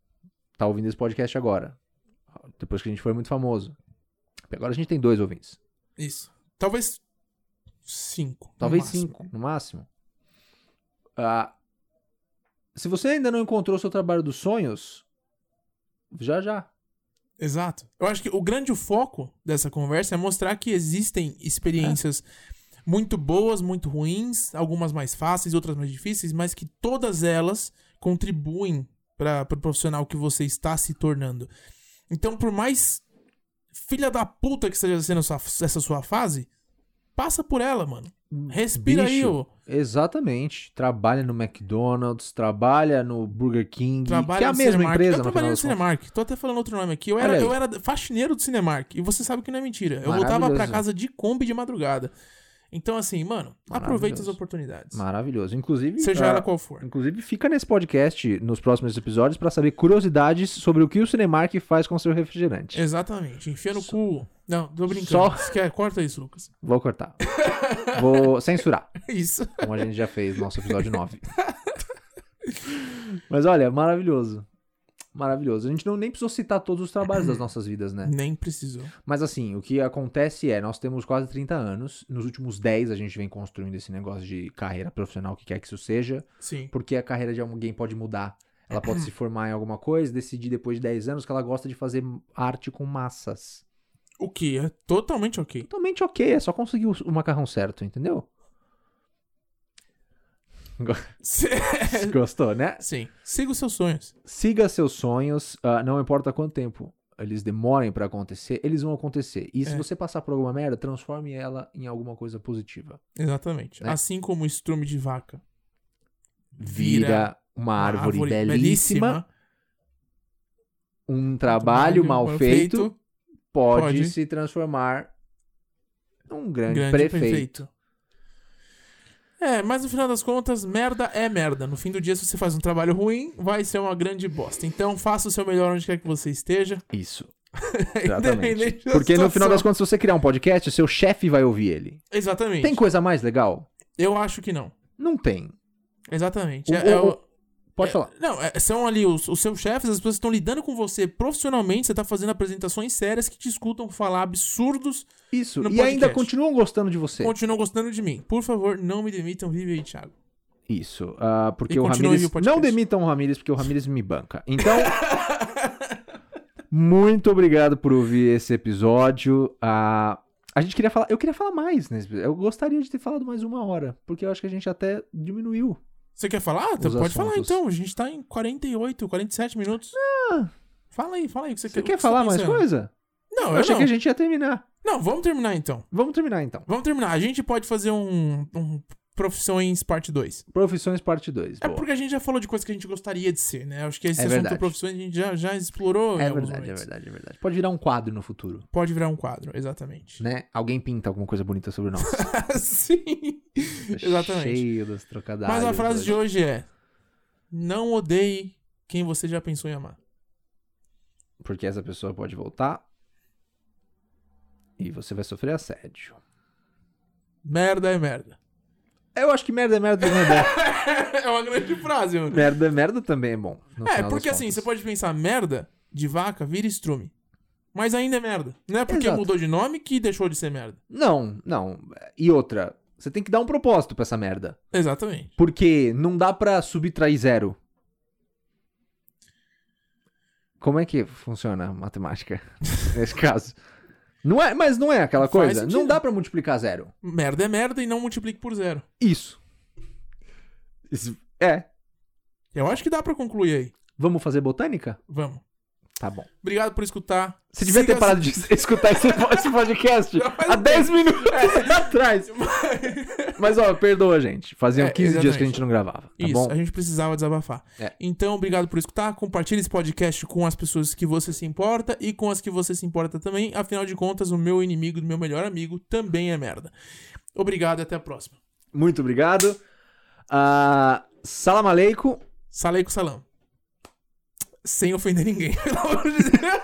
Speaker 1: tá ouvindo esse podcast agora, depois que a gente foi muito famoso. Agora a gente tem dois ouvintes.
Speaker 2: Isso. Talvez cinco. no
Speaker 1: Talvez
Speaker 2: máximo.
Speaker 1: cinco, no máximo. Ah, se você ainda não encontrou seu trabalho dos sonhos, já já.
Speaker 2: Exato. Eu acho que o grande foco dessa conversa é mostrar que existem experiências
Speaker 1: É.
Speaker 2: muito boas, muito ruins, algumas mais fáceis, outras mais difíceis, mas que todas elas contribuem para o profissional que você está se tornando. Então, por mais filha da puta que esteja sendo sua- essa sua fase, passa por ela, mano. Respira aí,
Speaker 1: Hum, Bicho.
Speaker 2: ô.
Speaker 1: Exatamente. Trabalha no McDonald's, trabalha no Burger King,
Speaker 2: Trabalho
Speaker 1: que é a
Speaker 2: no
Speaker 1: mesma
Speaker 2: Cinemark.
Speaker 1: empresa,
Speaker 2: Eu
Speaker 1: no
Speaker 2: trabalhei
Speaker 1: final
Speaker 2: no
Speaker 1: das contas.
Speaker 2: Cinemark. Tô até falando outro nome aqui. Eu
Speaker 1: Olha
Speaker 2: era,
Speaker 1: aí.
Speaker 2: eu era faxineiro do Cinemark. E você sabe que não é mentira. Eu voltava
Speaker 1: Maravilhoso.
Speaker 2: pra casa de Kombi de madrugada. Então, assim, mano, aproveita as
Speaker 1: Maravilhoso.
Speaker 2: oportunidades.
Speaker 1: Maravilhoso. Inclusive,
Speaker 2: Seja
Speaker 1: ah,
Speaker 2: ela qual for.
Speaker 1: Inclusive, fica nesse podcast nos próximos episódios pra saber curiosidades sobre o que o Cinemark faz com seu refrigerante.
Speaker 2: Exatamente. Enfia no cu. Não, tô brincando.
Speaker 1: Só-
Speaker 2: Esque- Corta isso, Lucas.
Speaker 1: Vou cortar. Vou censurar,
Speaker 2: É Isso.
Speaker 1: como a gente já fez no nosso episódio 9. Mas olha, maravilhoso. Maravilhoso. A gente não nem precisou citar todos os trabalhos das nossas vidas, né?
Speaker 2: Nem precisou.
Speaker 1: Mas assim, o que acontece é, nós temos quase 30 anos, nos últimos 10 a gente vem construindo esse negócio de carreira profissional, o que quer que isso seja,
Speaker 2: Sim.
Speaker 1: porque a carreira de alguém pode mudar. Ela pode se formar em alguma coisa, decidir depois de 10 anos que ela gosta de fazer arte com massas.
Speaker 2: O que é totalmente ok.
Speaker 1: Totalmente ok, é só conseguir o, o macarrão certo, entendeu? Gostou, né?
Speaker 2: Sim. Siga os seus sonhos.
Speaker 1: né? Siga seus sonhos, ah, não importa quanto tempo. eles demorem pra acontecer, eles vão acontecer. E se
Speaker 2: É.
Speaker 1: você passar por alguma merda, transforme ela em alguma coisa positiva.
Speaker 2: Exatamente.
Speaker 1: Né?
Speaker 2: Assim como o estrume de vaca
Speaker 1: Vira, uma árvore, belíssima, um trabalho mal feito, pode,
Speaker 2: pode.
Speaker 1: se transformar num grande,
Speaker 2: grande
Speaker 1: prefeito.
Speaker 2: prefeito. É, mas no final das contas, merda é merda. No fim do dia, se você faz um trabalho ruim, vai ser uma grande bosta. Então faça o seu melhor onde quer que você esteja.
Speaker 1: Isso.
Speaker 2: Independente
Speaker 1: Exatamente.
Speaker 2: da
Speaker 1: Porque no final
Speaker 2: situação.
Speaker 1: das contas, se você criar um podcast, o seu chefe vai ouvir ele.
Speaker 2: Exatamente.
Speaker 1: Tem coisa mais legal?
Speaker 2: Eu acho que não.
Speaker 1: Não tem.
Speaker 2: Exatamente.
Speaker 1: O-
Speaker 2: É- é
Speaker 1: o-
Speaker 2: o-
Speaker 1: Pode
Speaker 2: É,
Speaker 1: falar.
Speaker 2: Não, é, são ali os, os seus chefes, as pessoas estão lidando com você profissionalmente, você tá fazendo apresentações sérias que te escutam falar absurdos,
Speaker 1: Isso.
Speaker 2: no
Speaker 1: E ainda
Speaker 2: podcast.
Speaker 1: continuam gostando de você.
Speaker 2: continuam gostando de mim. Por favor, não me demitam, vive aí, Thiago.
Speaker 1: Isso. ah, porque
Speaker 2: E
Speaker 1: o
Speaker 2: continue
Speaker 1: Ramires.
Speaker 2: o podcast.
Speaker 1: Não demitam o Ramires, porque o Ramires me banca. Então. muito obrigado por ouvir esse episódio. Ah, a gente queria falar. Eu queria falar mais, né? Eu gostaria de ter falado mais uma hora. Porque eu acho que a gente até diminuiu.
Speaker 2: Você quer falar? Então
Speaker 1: Os
Speaker 2: pode
Speaker 1: assuntos.
Speaker 2: falar então, a gente tá em 48, 47 minutos.
Speaker 1: Ah.
Speaker 2: Fala aí, fala aí. o que Você,
Speaker 1: Você
Speaker 2: o
Speaker 1: quer
Speaker 2: que você tá
Speaker 1: falar mais
Speaker 2: pensando?
Speaker 1: coisa?
Speaker 2: Não,
Speaker 1: Eu
Speaker 2: eu
Speaker 1: achei
Speaker 2: não.
Speaker 1: que a gente ia terminar.
Speaker 2: Não, vamos terminar então.
Speaker 1: Vamos terminar então.
Speaker 2: Vamos terminar. A gente pode fazer um, um Profissões Parte 2.
Speaker 1: Profissões parte 2.
Speaker 2: É porque a gente já falou de coisas que a gente gostaria de ser, né? Acho que esse
Speaker 1: É
Speaker 2: assunto
Speaker 1: verdade.
Speaker 2: profissões a gente já, já explorou. em
Speaker 1: é
Speaker 2: alguns
Speaker 1: verdade, é
Speaker 2: momentos.
Speaker 1: verdade, é verdade. Pode virar um quadro no futuro,
Speaker 2: Pode virar um quadro, exatamente.
Speaker 1: né? Alguém pinta alguma coisa bonita sobre nós. Tá
Speaker 2: Sim, exatamente.
Speaker 1: Cheio dos trocadilhos.
Speaker 2: Assim. Mas a frase de
Speaker 1: hoje.
Speaker 2: hoje é: Não odeie quem você já pensou em amar.
Speaker 1: Porque essa pessoa pode voltar e você vai sofrer assédio.
Speaker 2: Merda é merda.
Speaker 1: Eu acho que merda é merda também é bom.
Speaker 2: é uma grande frase, mano.
Speaker 1: merda é merda também é bom. no
Speaker 2: É,
Speaker 1: final
Speaker 2: porque
Speaker 1: das
Speaker 2: assim,
Speaker 1: contas.
Speaker 2: você pode pensar: merda de vaca vira estrume. Mas ainda é merda. Não é porque
Speaker 1: Exato.
Speaker 2: mudou de nome que deixou de ser merda.
Speaker 1: Não, não. E outra, você tem que dar um propósito pra essa merda.
Speaker 2: Exatamente.
Speaker 1: Porque não dá pra subtrair zero. Como é que funciona a matemática nesse caso? Não é, mas não é aquela
Speaker 2: Faz
Speaker 1: coisa. Não
Speaker 2: sentido.
Speaker 1: dá pra multiplicar zero.
Speaker 2: Merda é merda e não multiplique por zero.
Speaker 1: Isso. Isso. É.
Speaker 2: Eu acho que dá pra concluir aí.
Speaker 1: Vamos fazer botânica?
Speaker 2: Vamos.
Speaker 1: Tá bom.
Speaker 2: Obrigado por escutar.
Speaker 1: Você devia ter
Speaker 2: Siga- assim.
Speaker 1: parado de escutar esse esse podcast
Speaker 2: Já faz
Speaker 1: há
Speaker 2: um É.
Speaker 1: 10 minutos atrás. Mas, ó, perdoa, gente. Faziam
Speaker 2: É,
Speaker 1: 15 dias que a
Speaker 2: exatamente.
Speaker 1: gente não gravava, tá
Speaker 2: Isso,
Speaker 1: bom?
Speaker 2: a gente precisava desabafar.
Speaker 1: É.
Speaker 2: Então, obrigado por escutar. Compartilhe esse podcast com as pessoas que você se importa e com as que você se importa também. Afinal de contas, o meu inimigo do meu melhor amigo também é merda. Obrigado e até a próxima.
Speaker 1: Muito obrigado. Ah, salam aleikum.
Speaker 2: Saleico Salam. Sem ofender ninguém, pelo amor de Deus.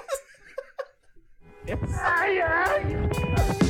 Speaker 3: Ai, ai.